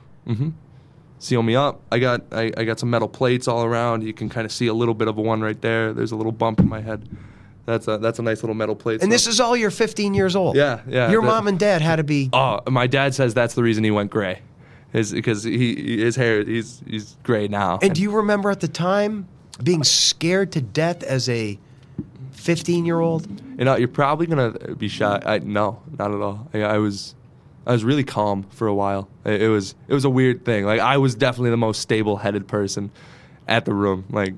S3: seal me up. I got I, I got some metal plates all around. You can kind of see a little bit of a one right there. There's a little bump in my head. That's a that's a nice little metal plate.
S2: And
S3: So-
S2: this is all you're 15 years old.
S3: Yeah, yeah,
S2: Your
S3: the-
S2: mom and dad had to
S3: *laughs*
S2: be.
S3: oh, my dad says that's the reason he went gray, is because he he- his hair he's he's gray now.
S2: and do you remember at the time being scared to death as a 15 year old?
S3: You know, you're probably gonna be shy. I, no, not at all. I, I was, I was really calm for a while. It, it was, it was a weird thing. Like I was definitely the most stable-headed person at the room. Like,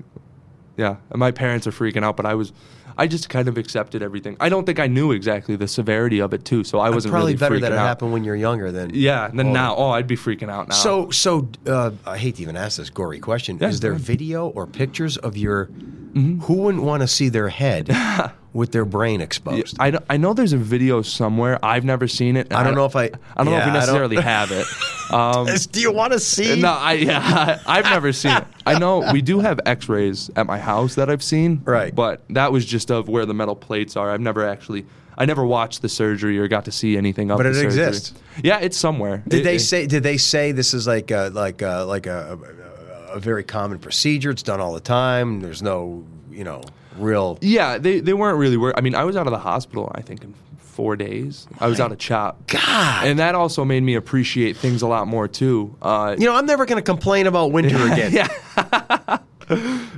S3: yeah, and my parents are freaking out, but I was, I just kind of accepted everything. I don't think I knew exactly the severity of it too, so I wasn't
S2: Probably
S3: really
S2: better
S3: freaking
S2: that it
S3: out.
S2: happened when you're younger than.
S3: Yeah, and then
S2: older.
S3: now, oh, I'd be freaking out now.
S2: So, so uh, I hate to even ask this gory question.
S3: Yeah,
S2: is there
S3: go ahead. Mm-hmm.
S2: video or pictures of your? Who wouldn't want to see their head
S3: *laughs*
S2: with their brain exposed?
S3: I, don't- I know there's a video somewhere. I've never seen it. and
S2: I don't know if I-
S3: I don't know
S2: yeah, I
S3: if we
S2: don't- *laughs*
S3: necessarily have it. Um,
S2: Do you want to see?
S3: Uh, No, I *laughs* yeah, I've never seen it. I know we do have X-rays at my house that I've seen,
S2: Right.
S3: But that was just of where the metal plates are. I've never actually, I never watched the surgery or got to see anything of.
S2: But
S3: the
S2: it
S3: surgery.
S2: exists.
S3: Yeah, it's somewhere.
S2: Did
S3: It-
S2: they
S3: it-
S2: say? Did they say this is like a, like a, like a, a, a very common procedure? It's done all the time. There's no you know real.
S3: Yeah, they they weren't really worried. I mean, I was out of the hospital. I think in four days. I was out of chop.
S2: God.
S3: And that also made me appreciate things a lot more too. Uh,
S2: You know, I'm never going to complain about winter again.
S3: *laughs* yeah.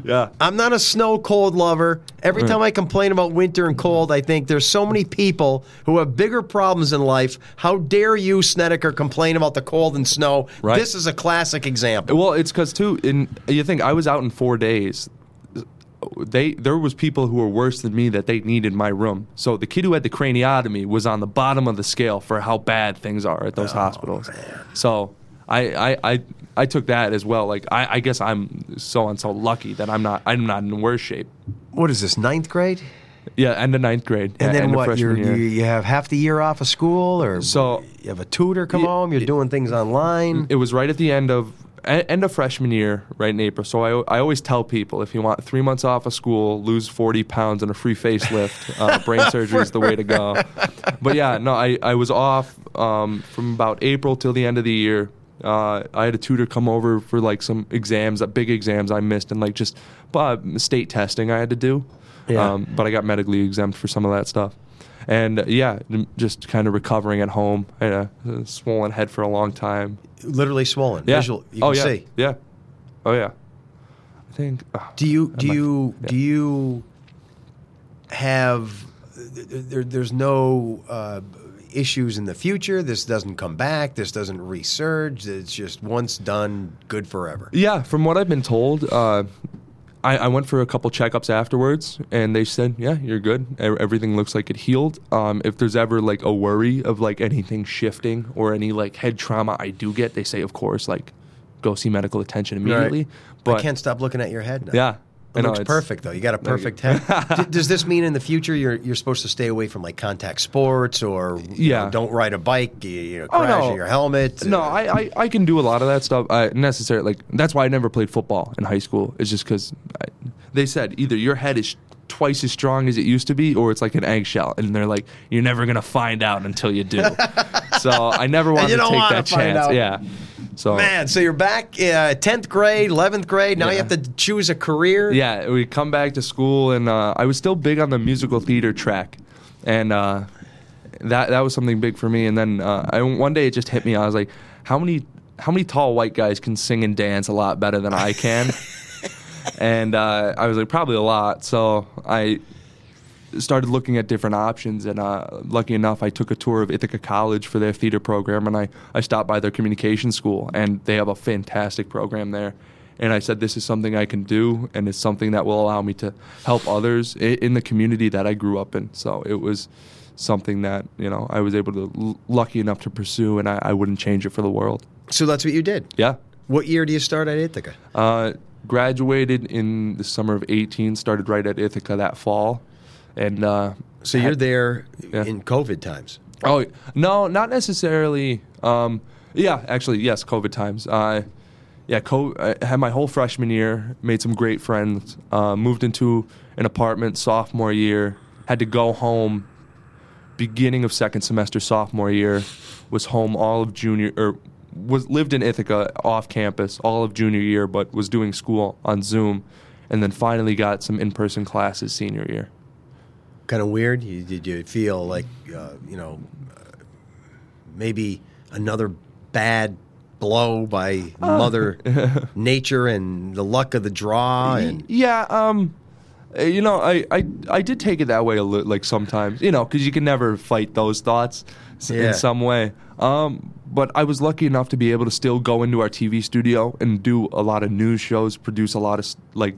S3: yeah.
S2: I'm not a snow cold lover. Every
S3: Mm.
S2: time I complain about winter and cold, I think there's so many people who have bigger problems in life. How dare you, Snedeker, complain about the cold and snow?
S3: Right.
S2: This is a classic example.
S3: Well, it's because too. In you think I was out in four days. They there was people who were worse than me that they needed my room. So the kid who had the craniotomy was on the bottom of the scale for how bad things are at those
S2: Oh,
S3: hospitals. So I, I I I took that as well. Like I, I guess I'm so and so lucky that I'm not I'm not in worse shape.
S2: What is this, ninth grade?
S3: Yeah, end of ninth grade.
S2: And
S3: yeah,
S2: then
S3: end of
S2: what? You're,
S3: freshman
S2: you
S3: year.
S2: you have half the year off of school, or
S3: So-
S2: you have a tutor come
S3: Yeah,
S2: home. You're doing things online.
S3: it was right at the end of e- end of freshman year, right in April. So I, I always tell people if you want three months off of school, lose forty pounds and a free facelift, uh, brain surgery is the way to go. But yeah, no, I, I was off um, from about April till the end of the year. Uh, I had a tutor come over for like some exams, uh, big exams I missed, and like just uh, state testing I had to do.
S2: Yeah.
S3: Um, but I got medically exempt for some of that stuff. And uh, yeah, m- just kind of recovering at home. I had a, a swollen head for a long time.
S2: Literally swollen.
S3: Yeah.
S2: Visual. You
S3: oh
S2: can
S3: yeah.
S2: see.
S3: Yeah. Oh yeah. I think. ah,
S2: Do you do
S3: my-
S2: you
S3: yeah.
S2: do you have there, there's no uh, issues in the future. This doesn't come back. This doesn't resurge. It's just once done, good forever.
S3: yeah. From what I've been told, uh, I, I went for a couple checkups afterwards, and they said, "Yeah, you're good. E- Everything looks like it healed. Um, if there's ever like a worry of like anything shifting or any like head trauma I do get, they say, of course, like go see medical attention immediately. But
S2: I can't stop looking at your head now.
S3: yeah, I
S2: It
S3: know,
S2: looks
S3: it's-
S2: perfect though. You got a
S3: There you
S2: perfect head.
S3: *laughs*
S2: D- Does this mean in the future you're you're supposed to stay away from like contact sports or you know,
S3: Yeah.
S2: don't ride a bike, you, you know,
S3: Oh,
S2: crash
S3: no.
S2: your helmet?
S3: No,
S2: uh,
S3: I, I, I can do a lot of that stuff. I, necessarily, like that's why I never played football in high school. It's just because they said either your head is twice as strong as it used to be, or it's like an eggshell, and they're like, you're never gonna find out until
S2: *laughs*
S3: you do. so I never wanted
S2: you
S3: to
S2: don't
S3: take
S2: wanna
S3: that
S2: find
S3: chance.
S2: out.
S3: Yeah. So
S2: Man, so you're back uh, 10th grade, 11th grade. Now you
S3: Yeah.
S2: have to choose a career.
S3: yeah, we come back to school, and uh, I was still big on the musical theater track, and uh, that that was something big for me. And then uh, I, one day it just hit me. I was like, how many how many tall white guys can sing and dance a lot better than I can? and uh, I was like, probably a lot. So I started looking at different options and uh, lucky enough i took a tour of ithaca college for their theater program and I, I stopped by their communication school and they have a fantastic program there and i said this is something i can do and it's something that will allow me to help others i- in the community that i grew up in so it was something that you know i was able to l- lucky enough to pursue and I, I wouldn't change it for the world
S2: So that's what you did.
S3: yeah
S2: What year do you start at Ithaca?
S3: uh, graduated in the summer of 18 started right at ithaca that fall and uh,
S2: So
S3: had-
S2: you're there
S3: Yeah.
S2: in COVID times.
S3: Oh no, not necessarily. Um, yeah, actually, yes. COVID times. Uh, yeah, co- I had my whole freshman year. Made some great friends. Uh, moved into an apartment sophomore year. Had to go home. Beginning of second semester sophomore year, was home all of junior or was lived in Ithaca off campus all of junior year, but was doing school on Zoom, and then finally got some in person classes senior year.
S2: Kind of weird. You, did you feel like, uh, you know, uh, maybe another bad blow by
S3: Oh. *laughs*
S2: Mother Nature and the luck of the draw?
S3: Y-
S2: And
S3: yeah, um, uh, you know, I, I, I did take it that way a li- like sometimes, you know, because you can never fight those thoughts s-
S2: Yeah.
S3: in some way. Um, but I was lucky enough to be able to still go into our TV studio and do a lot of news shows, produce a lot of s- like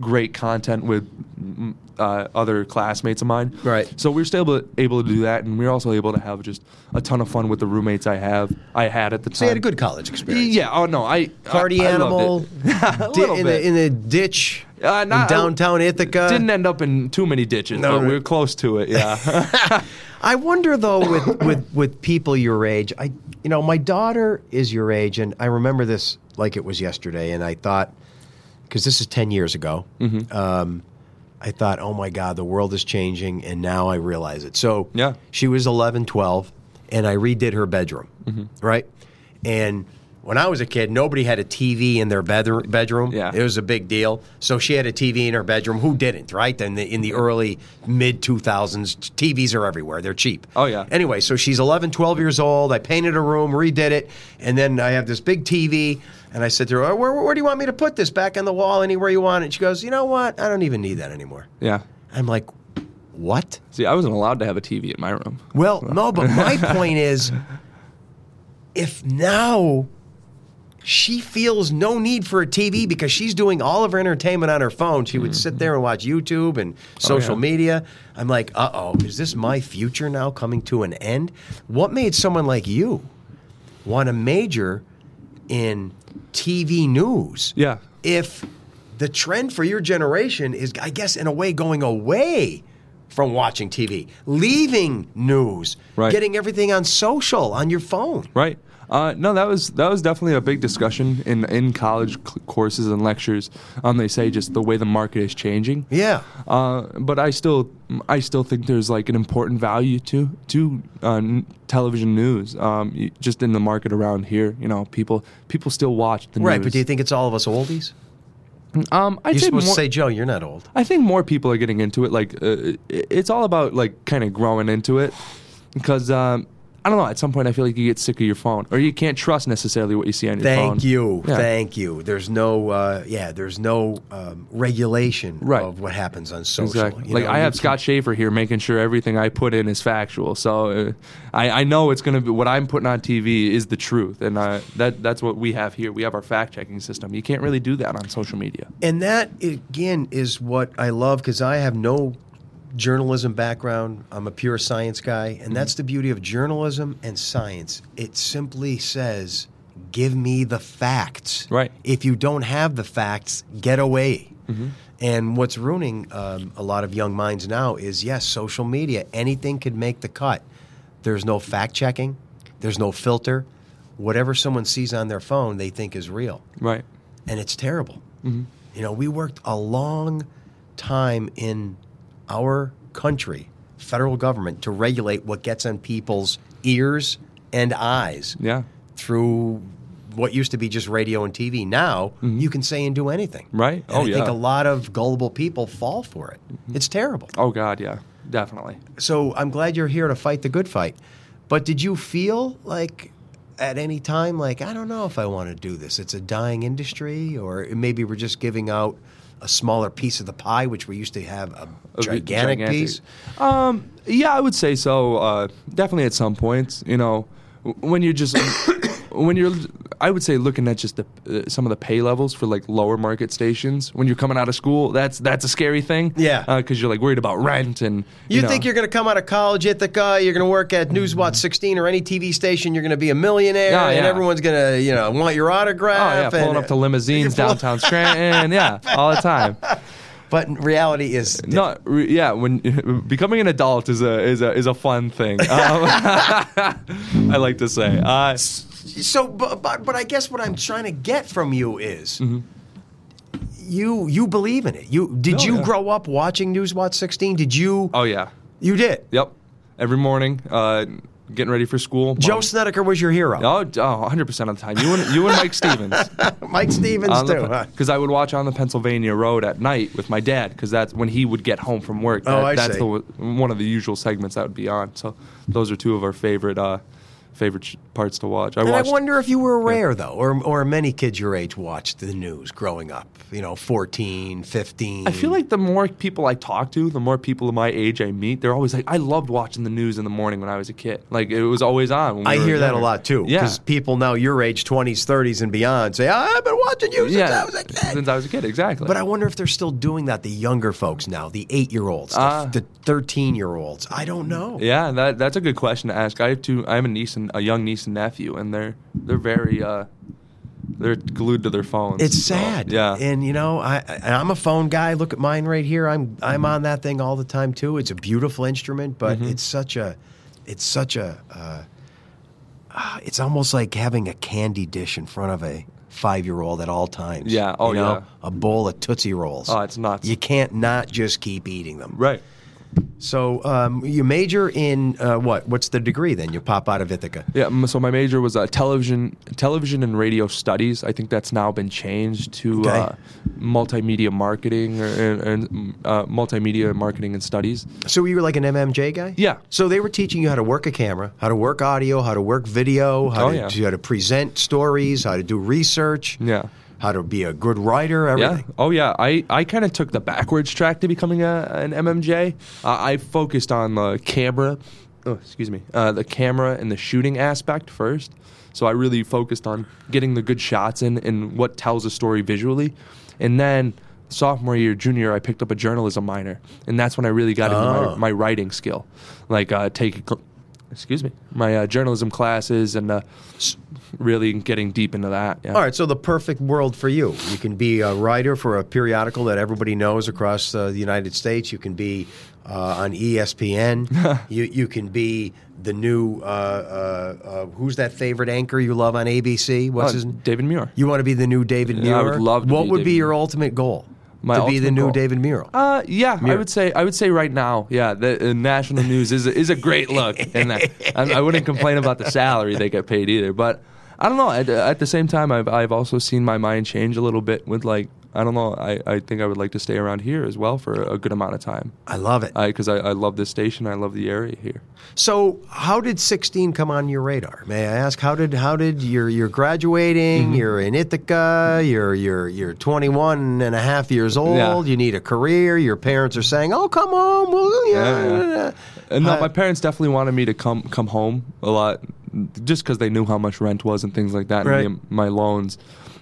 S3: great content with mm, uh, other classmates of mine.
S2: Right.
S3: So we were still able, able to do that, and we were also able to have just a ton of fun with the roommates I have I had at the time.
S2: so you had a good college experience.
S3: Yeah. Oh no, I
S2: Party
S3: I, I
S2: animal
S3: Loved it. *laughs* a
S2: di-
S3: little
S2: in,
S3: bit.
S2: The, in the ditch
S3: Uh,
S2: in
S3: not-
S2: downtown Ithaca.
S3: Didn't end up in too many ditches,
S2: No,
S3: but we
S2: right.
S3: were close to
S2: *laughs*
S3: it. Yeah.
S2: I wonder though with, with with people your age. I you know my daughter is your age, and I remember this like it was yesterday, and I thought because this is ten years ago. Um, I thought, oh my God, the world is changing, and now I realize it. So
S3: Yeah.
S2: she was 11, 12, and I redid her bedroom,
S3: Mm-hmm.
S2: right? And when I was a kid, nobody had a TV in their bedroom. bedroom.
S3: Yeah.
S2: It was a big deal. So she had a TV in her bedroom. Who didn't, right? In the, in the early, mid 2000s, TVs are everywhere. They're cheap.
S3: Oh, yeah.
S2: Anyway, so she's 11, 12 years old. I painted her room, redid it, and then I have this big TV. And I said to her, "Oh, where, where do you want me to put this? Back on the wall, anywhere you want it. She goes, You know what? I don't even need that anymore.
S3: yeah.
S2: I'm like, What?
S3: See, I wasn't allowed to have a TV in my room.
S2: Well, no, but my point is if now she feels no need for a TV because she's doing all of her entertainment on her phone, she would sit there and watch YouTube and social
S3: yeah.
S2: media. I'm like, uh oh, is this my future now coming to an end? What made someone like you want to major in TV news?
S3: Yeah.
S2: if the trend for your generation is, I guess, in a way, going away from watching TV, leaving news,
S3: Right.
S2: getting everything on social, on your phone.
S3: Right. Uh, no, that was that was definitely a big discussion in in college c- courses and lectures. Um, they say just the way the market is changing.
S2: Yeah.
S3: Uh, but I still, I still think there's like an important value to to uh, n- television news. Um, y- just in the market around here, you know, people people still watch the
S2: Right,
S3: news.
S2: but do you think it's all of us oldies?
S3: um, I'd
S2: You're
S3: say
S2: supposed
S3: more-
S2: to say, Joe, you're not old.
S3: I think more people are getting into it. Like, uh, it- it's all about like kind of growing into it because um, I don't know. At some point, I feel like you get sick of your phone, or you can't trust necessarily what you see on your phone.
S2: Thank you,
S3: Yeah.
S2: thank you. There's no, uh, yeah, there's no um, regulation
S3: Right.
S2: of what happens on social.
S3: Exactly.
S2: you
S3: Like
S2: know,
S3: I
S2: you
S3: have
S2: can't-
S3: Scott Schaefer here, making sure everything I put in is factual. So uh, I, I know it's gonna be what I'm putting on TV is the truth, and uh, that that's what we have here. We have our fact checking system. You can't really do that on social media.
S2: And that again is what I love because I have no journalism background. I'm a pure science guy, and that's the beauty of journalism and science. It simply says, "Give me the facts."
S3: Right.
S2: If you don't have the facts, get away. And what's ruining um, a lot of young minds now is yes, social media. Anything could make the cut. There's no fact checking. There's no filter. Whatever someone sees on their phone, they think is real
S3: Right.
S2: and it's terrible.
S3: Mm-hmm.
S2: You know, we worked a long time in our country, federal government, to regulate what gets on people's ears and eyes
S3: Yeah.
S2: through what used to be just radio and TV. Now you can say and do anything.
S3: Mm-hmm. Right.
S2: And
S3: Oh,
S2: I think a
S3: yeah.
S2: lot of gullible people fall for it. It's terrible.
S3: Oh God. Yeah. Definitely.
S2: So I'm glad you're here to fight the good fight. But did you feel like at any time, like, I don't know if I want to do this? It's a dying industry, or maybe we're just giving out a smaller piece of the pie, which we used to have a
S3: A bit
S2: gigantic, piece.
S3: Um, yeah, I would say so. Uh, definitely at some points, you know, w- when you're just *coughs* when you're, I would say looking at just the uh, some of the pay levels for like lower market stations when you're coming out of school. That's that's a scary thing.
S2: Yeah.
S3: because you're like worried about rent and
S2: You,
S3: know.
S2: think you're going to come out of college, Ithaca, you're going to work at Newswatch 16 or any TV station, you're going to be a millionaire,
S3: Yeah,
S2: and
S3: yeah.
S2: everyone's going to, you know, want your
S3: Oh yeah,
S2: autograph.
S3: pulling
S2: and-
S3: up
S2: *laughs*
S3: to limousines downtown Scranton, yeah, all the time.
S2: But in reality is
S3: No, re- yeah, when *laughs* becoming an adult is a is a is a fun thing. Um, *laughs* I like to say. Uh,
S2: so but, but but I guess what I'm trying to get from you is you you believe in it. You did
S3: No,
S2: you
S3: yeah.
S2: grow up watching Newswatch 16? Did you
S3: oh yeah.
S2: you did?
S3: Yep. Every morning, uh, getting ready for school. Mom-
S2: Joe Snedeker was your hero.
S3: Oh, d- oh, 100% of the time. You and, you *laughs* and Mike Stevens.
S2: Mike Stevens too. huh?
S3: Because I would watch on the Pennsylvania Road at night with my dad, because that's when he would get home from work.
S2: Oh, I
S3: that's
S2: see.
S3: The, one of the usual segments that would be on. So those are two of our favorite uh, favorite sh- parts to watch. I
S2: And I
S3: watched.
S2: wonder if you were rare though or or many kids your age watched the news growing up, you know, 14, 15.
S3: I feel like the more people I talk to, the more people of my age I meet, they're always like, I loved watching the news in the morning when I was a kid. Like, it was always on. when we
S2: I
S3: were
S2: hear that a
S3: younger.
S2: lot too.
S3: Yeah.
S2: people now your age, 20s, 30s, and beyond, say, I've been watching you since
S3: yeah.
S2: I was a kid.
S3: Since I was a kid, exactly.
S2: But I wonder if they're still doing that, the younger folks now, the eight year olds,
S3: Ah.
S2: the 13 year olds. I don't know.
S3: Yeah, that that's a good question to ask. I have two. I have a niece and a young niece and nephew, and they're they're very uh, they're glued to their phones.
S2: It's
S3: so,
S2: sad.
S3: yeah.
S2: And, you know, I, I, I'm a phone guy. Look at mine right here. I'm, I'm
S3: Mm-hmm.
S2: on that thing all the time, too. It's a beautiful instrument, but it's such a, it's such a, uh, ah, it's almost like having a candy dish in front of a five year old at all times.
S3: Yeah. Oh,
S2: you know?
S3: yeah.
S2: A bowl of Tootsie Rolls.
S3: oh, it's nuts.
S2: you can't not just keep eating them.
S3: right.
S2: So um, you major in uh, what? What's the degree then? You pop out of Ithaca.
S3: Yeah. m- So my major was uh, television, television and radio studies. I think that's now been changed to
S2: Okay.
S3: uh, multimedia marketing or and, and uh, multimedia marketing and studies.
S2: So you were like an MMJ guy?
S3: Yeah.
S2: So they were teaching you how to work a camera, how to work audio, how to work video, how,
S3: Oh,
S2: to,
S3: yeah.
S2: how to present stories, how to do research,
S3: Yeah.
S2: how to be a good writer,
S3: Yeah.
S2: everything.
S3: Oh, yeah. I, I kind of took the backwards track to becoming a, an MMJ. Uh, I focused on the camera, oh, excuse me, uh, the camera and the shooting aspect first. So I really focused on getting the good shots in and what tells a story visually. And then sophomore year, junior, year, I picked up a journalism minor, and that's when I really got into
S2: Oh.
S3: my, my writing skill, like uh, taking. cl- Excuse me, my uh, journalism classes and uh, really getting deep into that. Yeah.
S2: All right, so the perfect world for you. You can be a writer for a periodical that everybody knows across uh, the United States. You can be uh, on
S3: *laughs*
S2: ESPN. you you can be the new uh, uh, uh, who's that favorite anchor you love on ABC? What's
S3: Oh,
S2: his name?
S3: David Muir.
S2: You want to be the new David Muir?
S3: Yeah, I would love to
S2: What
S3: be
S2: would
S3: David
S2: be your
S3: Muir.
S2: ultimate goal?
S3: My
S2: to be the
S3: ultimate
S2: new
S3: goal?
S2: David Muir.
S3: Uh, yeah,
S2: Mirror.
S3: I would say I would say right now, yeah, the uh, national news is a, is a great look, and that, and I wouldn't complain about the salary they get paid either. But I don't know. At, at the same time, I've I've also seen my mind change a little bit with like I don't know. I, I think I would like to stay around here as well for a good amount of time.
S2: I love it.
S3: I because I, I love this station. I love the area here.
S2: So, how did 16 come on your radar? May I ask how did how did you're you're
S3: Mm-hmm.
S2: graduating, you're in Ithaca, you're you're you're 21 and a half years old,
S3: Yeah.
S2: you need a career, your parents are saying, "Oh, come home." Well, yeah.
S3: Yeah, yeah. And no,
S2: Uh,
S3: my parents definitely wanted me to come come home a lot, just because they knew how much rent was and things like that,
S2: Right.
S3: and the, my loans.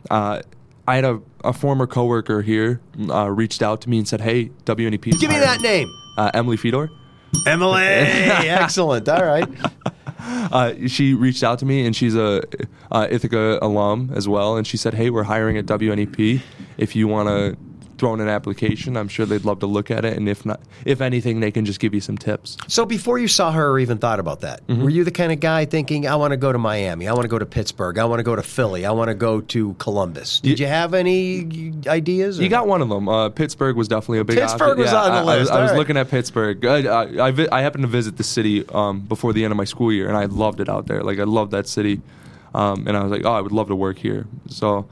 S3: Uh, I had a, a former coworker here uh, reached out to me and said, "Hey, WNEP, 's
S2: Give me
S3: hiring."
S2: that
S3: *laughs*
S2: name.
S3: uh, Emily Fedor."
S2: Emily.
S3: *laughs*
S2: Excellent. All right.
S3: Uh, she reached out to me, and she's a uh, Ithaca alum as well. And she said, "Hey, we're hiring at WNEP. If you want to throw in an application, I'm sure they'd love to look at it. And if not, if anything, they can just give you some tips."
S2: So before you saw her or even thought about that,
S3: Mm-hmm.
S2: were you the kind of guy thinking, I want to go to Miami, I want to go to Pittsburgh, I want to go to Philly, I want to go to Columbus? Did you,
S3: You-
S2: have any ideas?
S3: You
S2: or-
S3: got one of them. Uh, Pittsburgh was definitely a big.
S2: Pittsburgh
S3: option.
S2: was on the
S3: I- I, was,
S2: list.
S3: I was
S2: All right.
S3: looking at Pittsburgh. I, I, I, vi- I happened to visit the city um, before the end of my school year, and I loved it out there. Like I loved that city, um, and I was like, oh, I would love to work here. So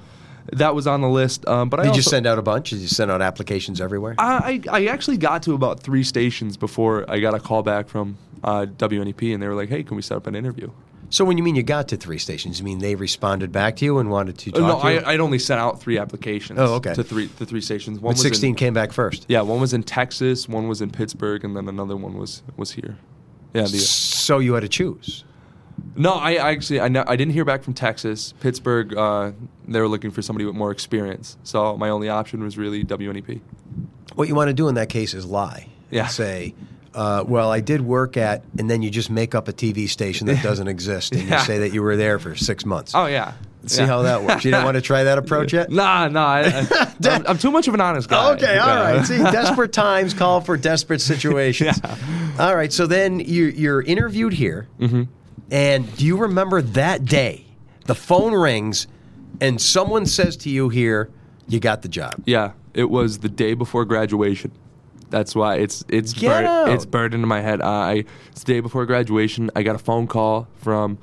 S3: that was on the list. Um, but I
S2: Did you
S3: also-
S2: send out a bunch? Did you send out applications everywhere?
S3: I, I I actually got to about three stations before I got a call back from uh, WNEP, and they were like, "Hey, can we set up an interview?"
S2: So when you mean you got to three stations, you mean they responded back to you and wanted to
S3: Uh,
S2: talk
S3: no,
S2: to you?
S3: I, I'd only sent out three applications.
S2: Oh, okay.
S3: To three the three stations. One
S2: but
S3: was in-
S2: 16 came back first.
S3: Yeah, one was in Texas, one was in Pittsburgh, and then another one was was here. Yeah. The,
S2: So you had to choose.
S3: no, I, I actually I, ne- I didn't hear back from Texas. Pittsburgh, uh, they were looking for somebody with more experience, so my only option was really E WNEP.
S2: What you want to do in that case is lie.
S3: Yeah.
S2: Say, uh, well, I did work at, and then you just make up a TV station
S3: *laughs*
S2: that doesn't exist and
S3: Yeah.
S2: you say that you were there for six months.
S3: Oh yeah.
S2: See
S3: Yeah.
S2: how that works. You don't want to try
S3: *laughs*
S2: that approach yet?
S3: Nah, nah. I,
S2: *laughs*
S3: I, I'm, I'm too much of an honest guy.
S2: Okay, all
S3: Yeah.
S2: right. See, desperate *laughs* times call for desperate situations. All right, so then you, you're interviewed here, and do you remember that day? The phone rings, and someone says to you here, "You got the job."
S3: Yeah, it was the day before graduation. That's why it's it's
S2: Get out.
S3: bur- it's burned into my head. Uh, I it's the day before graduation. I got a phone call from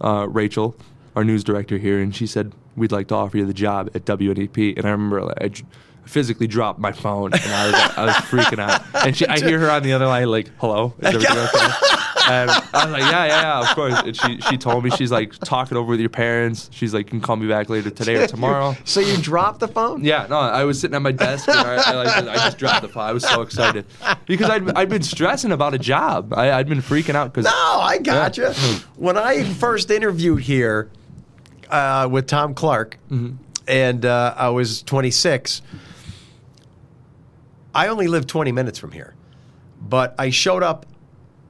S3: uh, Rachel, our news director here, and she said we'd like to offer you the job at WNEP. And I remember like, I dr- physically dropped my phone, and I was like, I was freaking out. And she, I hear her on the other line like, "Hello, is everything
S2: *laughs*
S3: okay?" And I was like, yeah, yeah, yeah, of course. And she, she told me, she's like, talk it over with your parents. She's like, you can call me back
S2: *laughs*
S3: later today or tomorrow.
S2: So you dropped the phone.
S3: Yeah, no, I was sitting at my desk and I, I, like, I just dropped the phone. I was so excited because I'd, I'd been stressing about a job. I, I'd been freaking out because
S2: No, I gotcha. When I first interviewed here uh, with Tom Clark,
S3: Mm-hmm.
S2: and uh, I was 26, I only lived 20 minutes from here, but I showed up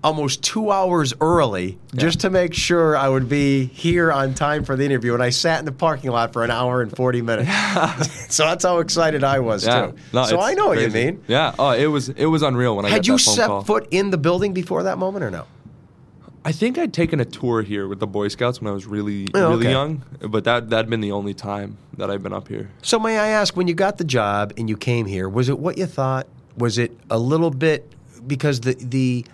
S2: almost two hours early just to make sure I would be here on time for the interview. And I sat in the parking lot for an hour and 40
S3: *laughs*
S2: minutes. so that's how excited I was, too. so I know what you mean.
S3: Yeah, oh, it was it was unreal when I
S2: Had
S3: got
S2: you
S3: that phone
S2: set
S3: call.
S2: foot in the building before that moment or no?
S3: I think I'd taken a tour here with the Boy Scouts when I was really
S2: Oh,
S3: really
S2: okay.
S3: young, but that that'd been the only time that I'd been up here.
S2: So may I ask, when you got the job and you came here, was it what you thought? Was it a little bit because the the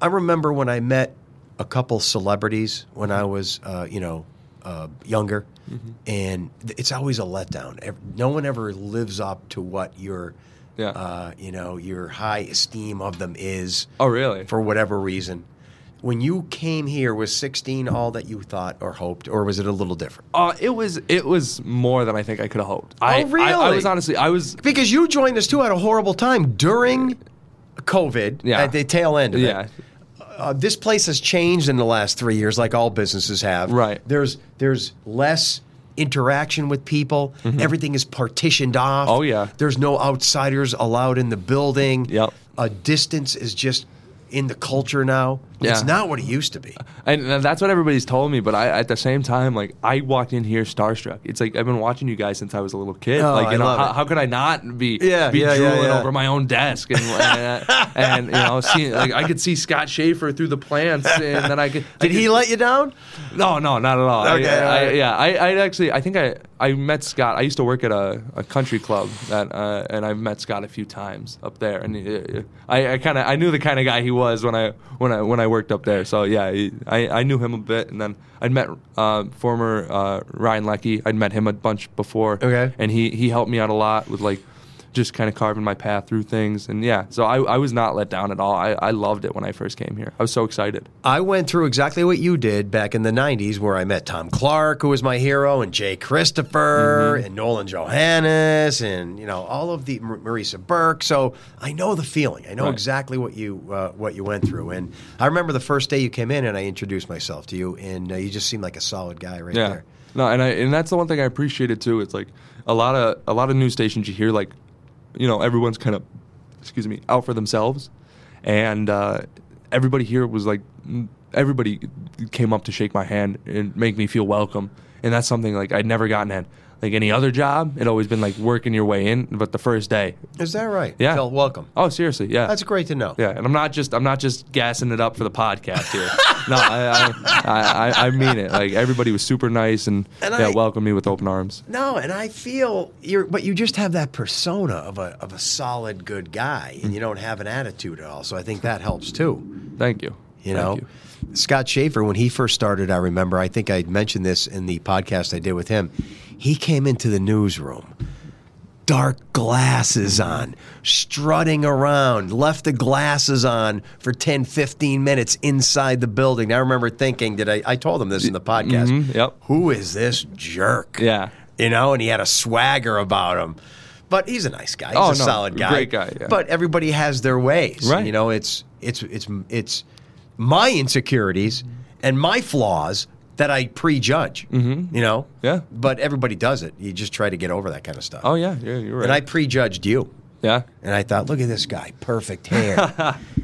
S2: I remember when I met a couple celebrities when I was uh, you know uh, younger,
S3: Mm-hmm.
S2: and th- it's always a letdown. Ev- No one ever lives up to what your
S3: Yeah.
S2: uh, you know your high esteem of them is
S3: Oh, really?
S2: for whatever reason. When you came here, was sixteen all that you thought or hoped, or was it a little different?
S3: Uh, it was it was more than I think I could have hoped. I,
S2: Oh, really?
S3: I, I was honestly I was
S2: Because you joined us too at a horrible time during COVID
S3: Yeah.
S2: at the tail end of it.
S3: yeah
S2: Uh, this place has changed in the last three years, like all businesses have.
S3: Right.
S2: There's there's less interaction with people. Everything is partitioned off.
S3: Mm-hmm. Oh, yeah.
S2: There's no outsiders allowed in the building.
S3: Yep.
S2: A distance is just in the culture now. It's
S3: Yeah.
S2: not what it used to be.
S3: And and that's what everybody's told me. But I, at the same time, like I walked in here starstruck. It's like I've been watching you guys since I was a little kid.
S2: Oh,
S3: like you
S2: I
S3: know,
S2: love
S3: how,
S2: it.
S3: how could I not be
S2: Yeah,
S3: be
S2: yeah, yeah,
S3: drooling
S2: yeah.
S3: over my own desk and and, and, you know, seeing like I could see Scott Schaefer through the plants, and then I could. I
S2: Did he
S3: could-
S2: let you down?
S3: no, no, not at all.
S2: Okay,
S3: I, I,
S2: all right.
S3: Yeah, I, I actually, I think I, I I met Scott. I used to work at a, a country club that, uh, and I've met Scott a few times up there. And uh, I, I kind of I knew the kind of guy he was when I when I when I worked up there. So yeah, he, I I knew him a bit, and then I'd met uh, former uh, Ryan Leckie. I'd met him a bunch before.
S2: Okay.
S3: and he he helped me out a lot with like. Just kind of carving my path through things, and yeah. So I, I was not let down at all. I, I loved it when I first came here. I was so excited.
S2: I went through exactly what you did back in the 90s, where I met Tom Clark, who was my hero, and Jay Christopher,
S3: Mm-hmm.
S2: and Nolan Johannes, and you know all of the Mar- Marisa Burke. So I know the feeling. I know
S3: Right.
S2: exactly what you uh, what you went through. And I remember the first day you came in, and I introduced myself to you, and uh, you just seemed like a solid guy right
S3: yeah.
S2: there.
S3: No, and I and that's the one thing I appreciated too. It's like a lot of a lot of news stations you hear like, you know, everyone's kind of, excuse me, out for themselves, and uh, everybody here was like, mm, everybody came up to shake my hand and make me feel welcome, and that's something like I'd never gotten at like any other job. It always been like working your way in, but the first day,
S2: Is that right?
S3: Yeah.
S2: Felt welcome.
S3: oh seriously, yeah,
S2: That's great to know.
S3: yeah, and I'm not just I'm not just gassing it up for the podcast here. no, I I, I I mean it. Like everybody was super nice and,
S2: And
S3: yeah,
S2: I-
S3: welcomed me with open arms.
S2: No, and I feel you're, but you just have that persona of a of a solid good guy,
S3: Mm.
S2: and you don't have an attitude at all. So I think that helps too.
S3: Thank you.
S2: You
S3: Thank
S2: know,
S3: you.
S2: Scott Schaefer when he first started, I remember. I think I mentioned this in the podcast I did with him. He came into the newsroom, dark glasses on, strutting around, left the glasses on for 10, 15 minutes inside the building. I remember thinking, did I? I told him this in the podcast.
S3: Mhm, yep.
S2: Who is this jerk?
S3: Yeah.
S2: you know, and he had a swagger about him. But he's a nice guy. He's
S3: Oh,
S2: a
S3: no,
S2: solid guy.
S3: great guy, yeah.
S2: But everybody has their ways.
S3: Right.
S2: You know, it's it's it's it's my insecurities and my flaws that I prejudge. You know.
S3: Mm-hmm. Yeah.
S2: But everybody does it. You just try to get over that kind of stuff.
S3: Oh yeah, yeah, you're right.
S2: And I prejudged you.
S3: yeah,
S2: And I thought, look at this guy, perfect
S3: *laughs*
S2: hair,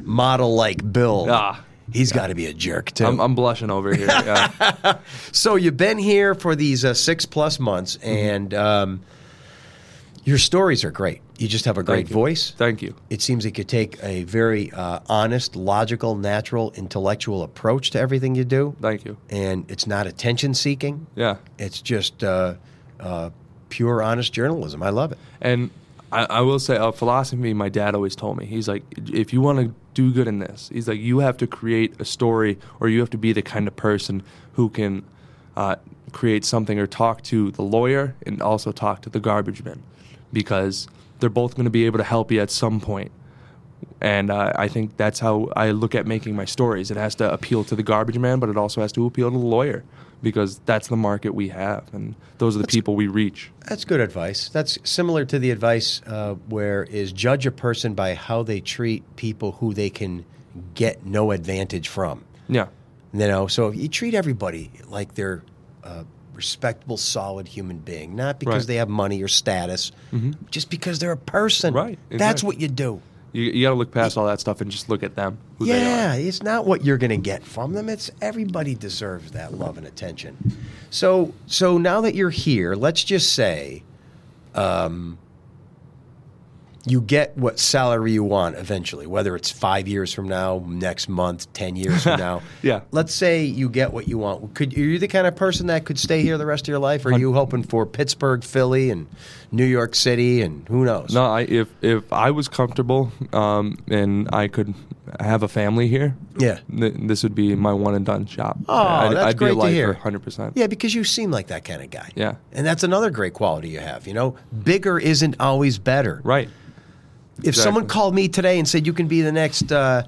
S2: model like build.
S3: Ah.
S2: He's got to be a jerk too.
S3: I'm, I'm blushing over here. Yeah.
S2: So you've been here for these uh, six plus months,
S3: Mm-hmm.
S2: and um, your stories are great. You just have a great
S3: Thank you.
S2: voice.
S3: Thank you.
S2: It seems like you take a very uh, honest, logical, natural, intellectual approach to everything you do,
S3: Thank you.
S2: and it's not attention seeking.
S3: Yeah,
S2: It's just uh, uh, pure, honest journalism. I love it.
S3: and I, I will say a philosophy my dad always told me. He's like, if you want to do good in this, he's like, you have to create a story, or you have to be the kind of person who can uh, create something or talk to the lawyer and also talk to the garbage man, because they're both going to be able to help you at some point. and uh, I think that's how I look at making my stories. It has to appeal to the garbage man, but it also has to appeal to the lawyer because that's the market we have, and those are the people we reach.
S2: That's good advice. That's similar to the advice uh, where is judge a person by how they treat people who they can get no advantage from.
S3: Yeah,
S2: You know, so if you treat everybody like they're a respectable, solid human being, not because
S3: Right. Mm-hmm.
S2: they have money or status, just because they're a person.
S3: Right,
S2: That's
S3: exactly.
S2: what you do.
S3: you, you got to look past all that stuff and just look at them. Who
S2: yeah, it's not what you're going to get from them. It's everybody deserves that love and attention. So, so now that you're here, let's just say, um, you get what salary you want eventually, whether it's five years from now, next month, ten years
S3: *laughs*
S2: from now.
S3: Yeah.
S2: Let's say you get what you want. Could are you the kind of person that could stay here the rest of your life? Or are you hoping for Pittsburgh, Philly, and New York City, and who knows?
S3: they are. No, I, if if I was comfortable um, and I could have a family here,
S2: Yeah.
S3: th- this would be my one and done shop.
S2: Oh, that's
S3: I'd
S2: great
S3: be a
S2: to
S3: lifer,
S2: hear.
S3: Hundred percent.
S2: Yeah, because you seem like that kind of guy.
S3: Yeah.
S2: And that's another great quality you have, you know? Bigger isn't always better.
S3: Right,
S2: If someone called me today and said you can be the next uh,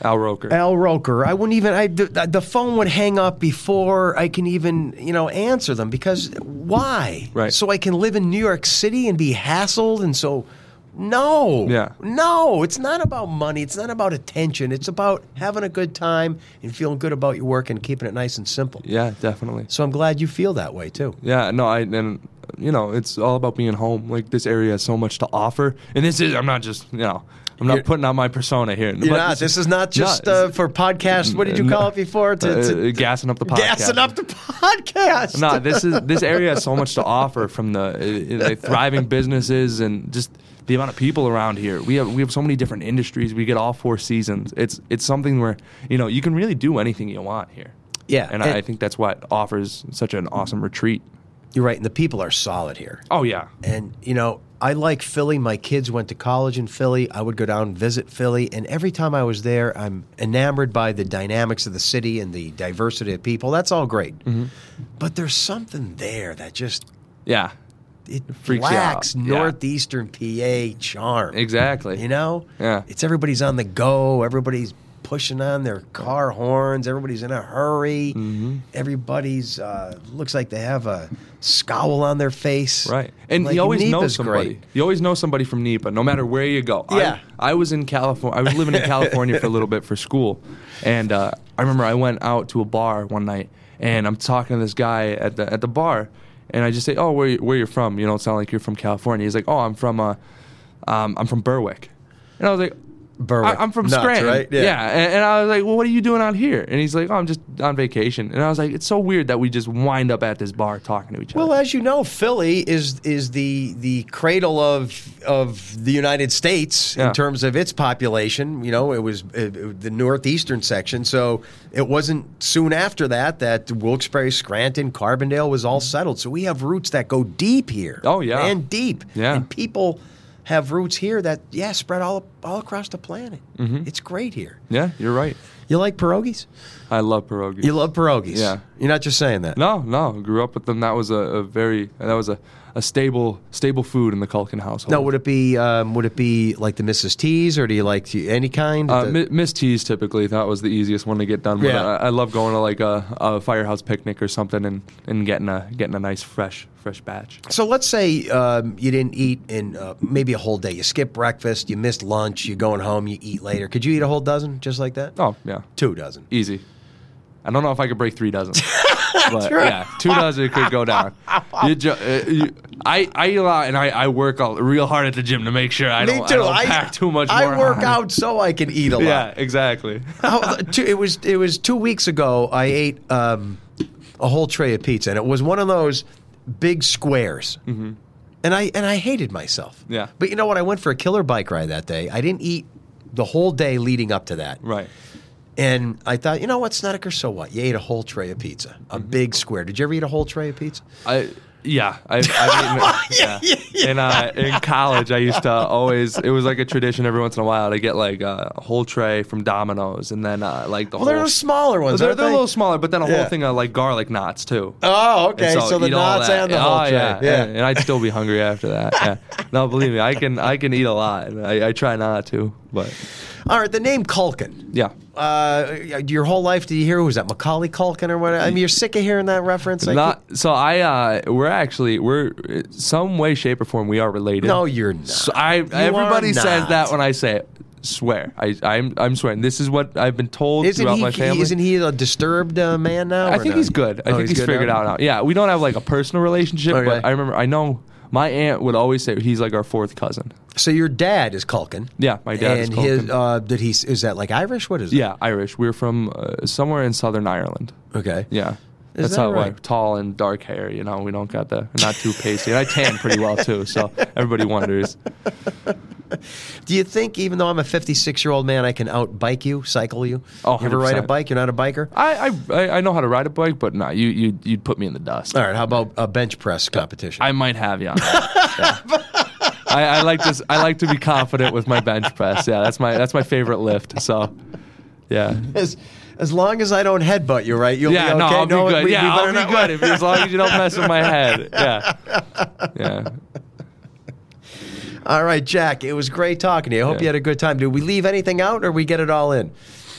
S3: Al Roker.
S2: Al Roker, I wouldn't even I the, the phone would hang up before I can even, you know, answer them because why?
S3: Right.
S2: So I can live in New York City and be hassled and so no.
S3: Yeah.
S2: No, it's not about money. It's not about attention. It's about having a good time and feeling good about your work and keeping it nice and simple.
S3: yeah, definitely.
S2: So I'm glad you feel that way too.
S3: Yeah, no, I and you know it's all about being home. Like this area has so much to offer, and this is I'm not just you know I'm not
S2: You're-
S3: putting out my persona here.
S2: You're not. This is not just
S3: No,
S2: uh,
S3: it's-
S2: for podcast. What did you
S3: No.
S2: call it before? To,
S3: uh,
S2: to-
S3: gassing up
S2: *laughs*
S3: the podcast.
S2: gassing up the podcast.
S3: *laughs* No, this is this area has so much to offer from the uh, uh, like thriving businesses and just the amount of people around here. We have we have so many different industries. We get all four seasons. It's it's something where you know you can really do anything you want here.
S2: Yeah, and-
S3: and, I, I think that's what offers such an awesome retreat.
S2: You're right, and the people are solid here.
S3: Oh yeah,
S2: And you know, I like Philly. My kids went to college in Philly. I would go down and visit Philly, and every time I was there, I'm enamored by the dynamics of the city and the diversity of people. That's all great,
S3: Mm-hmm.
S2: but there's something there that just
S3: yeah,
S2: it
S3: freaks you
S2: lacks
S3: out. Yeah.
S2: northeastern PA charm.
S3: exactly.
S2: You know,
S3: Yeah.
S2: it's everybody's on the go. Everybody's pushing on their car horns. Everybody's in a hurry.
S3: Mm-hmm.
S2: Everybody's uh, looks like they have a scowl on their face.
S3: Right. And
S2: Like,
S3: you always know
S2: Nepa's
S3: somebody.
S2: great.
S3: You always know somebody from NEPA, no matter where you go.
S2: Yeah.
S3: I, I was in California. I was living
S2: *laughs*
S3: in California for a little bit for school. And uh, I remember I went out to a bar one night and I'm talking to this guy at the at the bar. And I just say, oh, where, you- where you're from? You don't sound like you're from California. He's like, oh, I'm from, uh, um, I'm from Berwick. And I was like,
S2: Berwick.
S3: I, am from
S2: Nuts,
S3: Scranton.
S2: right? Yeah.
S3: Yeah. And, and I was like, well, what are you doing out here? And he's like, oh, I'm just on vacation. And I was like, it's so weird that we just wind up at this bar talking to each other.
S2: Well, as you know, Philly is is the the cradle of of the United States
S3: Yeah.
S2: in terms of its population. You know, it was uh the northeastern section, so it wasn't soon after that that Wilkes-Barre, Scranton, Carbondale was all settled. So we have roots that go deep here.
S3: Oh, yeah.
S2: and deep.
S3: Yeah.
S2: and people have roots here that yeah spread all all across the planet.
S3: Mm-hmm.
S2: It's great here.
S3: yeah, you're right.
S2: You like pierogies?
S3: I love pierogies.
S2: You love pierogies?
S3: Yeah.
S2: You're not just saying that.
S3: no, no, grew up with them. That was a, a very that was a, a stable stable food in the Culkin household.
S2: Now, would it be um, would it be like the Mrs. T's, or do you like to, any kind?
S3: uh,
S2: The-
S3: Mi- Miss T's typically that was the easiest one to get done. With.
S2: Yeah.
S3: I, I love going to like a, a firehouse picnic or something and, and getting a getting a nice fresh fresh batch.
S2: so let's say um, you didn't eat in uh, maybe a whole day. You skip breakfast, you missed lunch, you're going home, you eat later. Could you eat a whole dozen just like that?
S3: Oh yeah,
S2: Two dozen.
S3: easy. I don't know if I could break
S2: *laughs*
S3: three dozen. but yeah, two dozen could go down. You ju- uh, you- I I eat a lot and I, I work all, real hard at the gym to make sure I
S2: Me
S3: don't,
S2: too.
S3: I don't pack too much.
S2: I
S3: more
S2: work
S3: on.
S2: out so I can eat a lot.
S3: *laughs* Yeah,
S2: *laughs*
S3: exactly.
S2: How- Oh, two- it was it was two weeks ago. I ate um, a whole tray of pizza, and it was one of those big squares. Mm-hmm. And I and I hated myself.
S3: Yeah.
S2: But you know what? I went for a killer bike ride that day. I didn't eat the whole day leading up to that.
S3: Right.
S2: And I thought, you know what, Snedeker, so what? You ate a whole tray of pizza, a
S3: Mm-hmm.
S2: big square. Did you ever eat a whole tray of pizza?
S3: I yeah, I,
S2: *laughs*
S3: I yeah. In uh, in college, I used to always it was like a tradition every once in a while to get like a whole tray from Domino's and then uh, like the
S2: Well,
S3: whole.
S2: they're those smaller ones.
S3: they're,
S2: aren't
S3: they're a
S2: they?
S3: little smaller, but then a
S2: Yeah.
S3: whole thing of like garlic knots too.
S2: Oh, okay.
S3: And
S2: So, the
S3: eat all
S2: knots
S3: that.
S2: and the
S3: oh,
S2: whole tray.
S3: Yeah, And, and I'd still be hungry after that. Yeah. no, believe me, I can I can eat a lot. and I, I try not to, but
S2: All right. The name Culkin.
S3: yeah.
S2: Uh, your whole life, did you hear who was that? Macaulay Culkin or whatever? I mean, you're sick of hearing that reference. I
S3: Not so. I uh, we're actually we're uh, some way, shape, or form we are
S2: keep-
S3: related.
S2: no, you're not.
S3: So I everybody
S2: are
S3: says
S2: not.
S3: that when I say it. Swear, I, I'm I'm swearing. This is what I've been told
S2: isn't
S3: throughout
S2: he?
S3: my family.
S2: Isn't he a disturbed uh, man now?
S3: I
S2: or
S3: think
S2: no?
S3: he's good. I
S2: Oh,
S3: think he's,
S2: good
S3: figured
S2: now?
S3: out now. Yeah, we don't have like a personal relationship,
S2: Okay.
S3: but I remember I know my aunt would always say he's like our fourth cousin.
S2: So your dad is Culkin.
S3: Yeah, my dad is
S2: and his
S3: Culkin.
S2: uh, did he is that like Irish? What is it?
S3: Yeah, Irish. We're from uh, somewhere in Southern Ireland.
S2: Okay.
S3: Yeah.
S2: Is
S3: That's
S2: that
S3: how it
S2: right?
S3: went. Tall and dark hair, you know. We don't got the not too pasty. And I tan pretty well too, so everybody wonders.
S2: Do you think, even though I'm a 56 year old man, I can out bike you, cycle you?
S3: Oh,
S2: you ever ride a
S3: 100%.
S2: bike? You're not a biker.
S3: I I- I, I know how to ride a bike, but nah, you you you'd put me in the dust.
S2: All right. How about a bench press competition?
S3: I might have you on that. Yeah. I, I like this. I like to be confident with my bench press. Yeah, that's my that's my favorite lift. So, yeah,
S2: as, as long as I don't headbutt you, right? You'll
S3: yeah.
S2: be
S3: No,
S2: okay.
S3: I'll be
S2: we-
S3: good.
S2: we
S3: yeah,
S2: better
S3: I'll
S2: not- *laughs*
S3: be good if, as long as you don't mess with my head. Yeah, yeah.
S2: All right, Jack. It was great talking to you. I hope
S3: Yeah.
S2: you had a good time. Did we leave anything out, or we get it all in?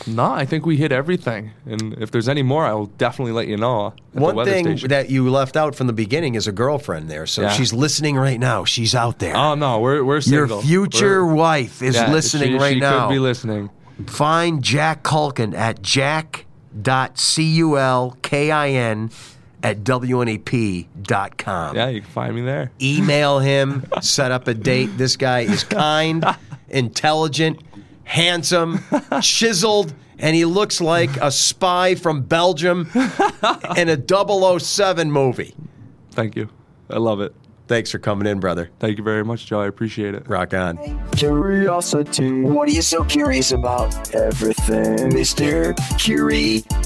S3: No, I think we hit everything. And if there's any more, I will definitely let you know. at the
S2: One
S3: weather
S2: thing
S3: station.
S2: that you left out from the beginning is a girlfriend there. So
S3: Yeah.
S2: she's listening right now. She's out there.
S3: Oh no, we're we're
S2: Your
S3: single.
S2: future
S3: We're-
S2: wife is
S3: yeah,
S2: listening
S3: she-
S2: right
S3: she
S2: now.
S3: Could be listening.
S2: Find Jack Culkin at jack.culkin at wnep.com.
S3: Yeah, you can find me there.
S2: Email him, set up a date. This guy is kind, intelligent, handsome, chiseled, and he looks like a spy from Belgium in a 007 movie.
S3: Thank you. I love it.
S2: Thanks for coming in, brother.
S3: Thank you very much, Joe. I appreciate it.
S2: Rock on.
S1: Curiosity. What are you so curious about? Everything, Mr. Curiosity.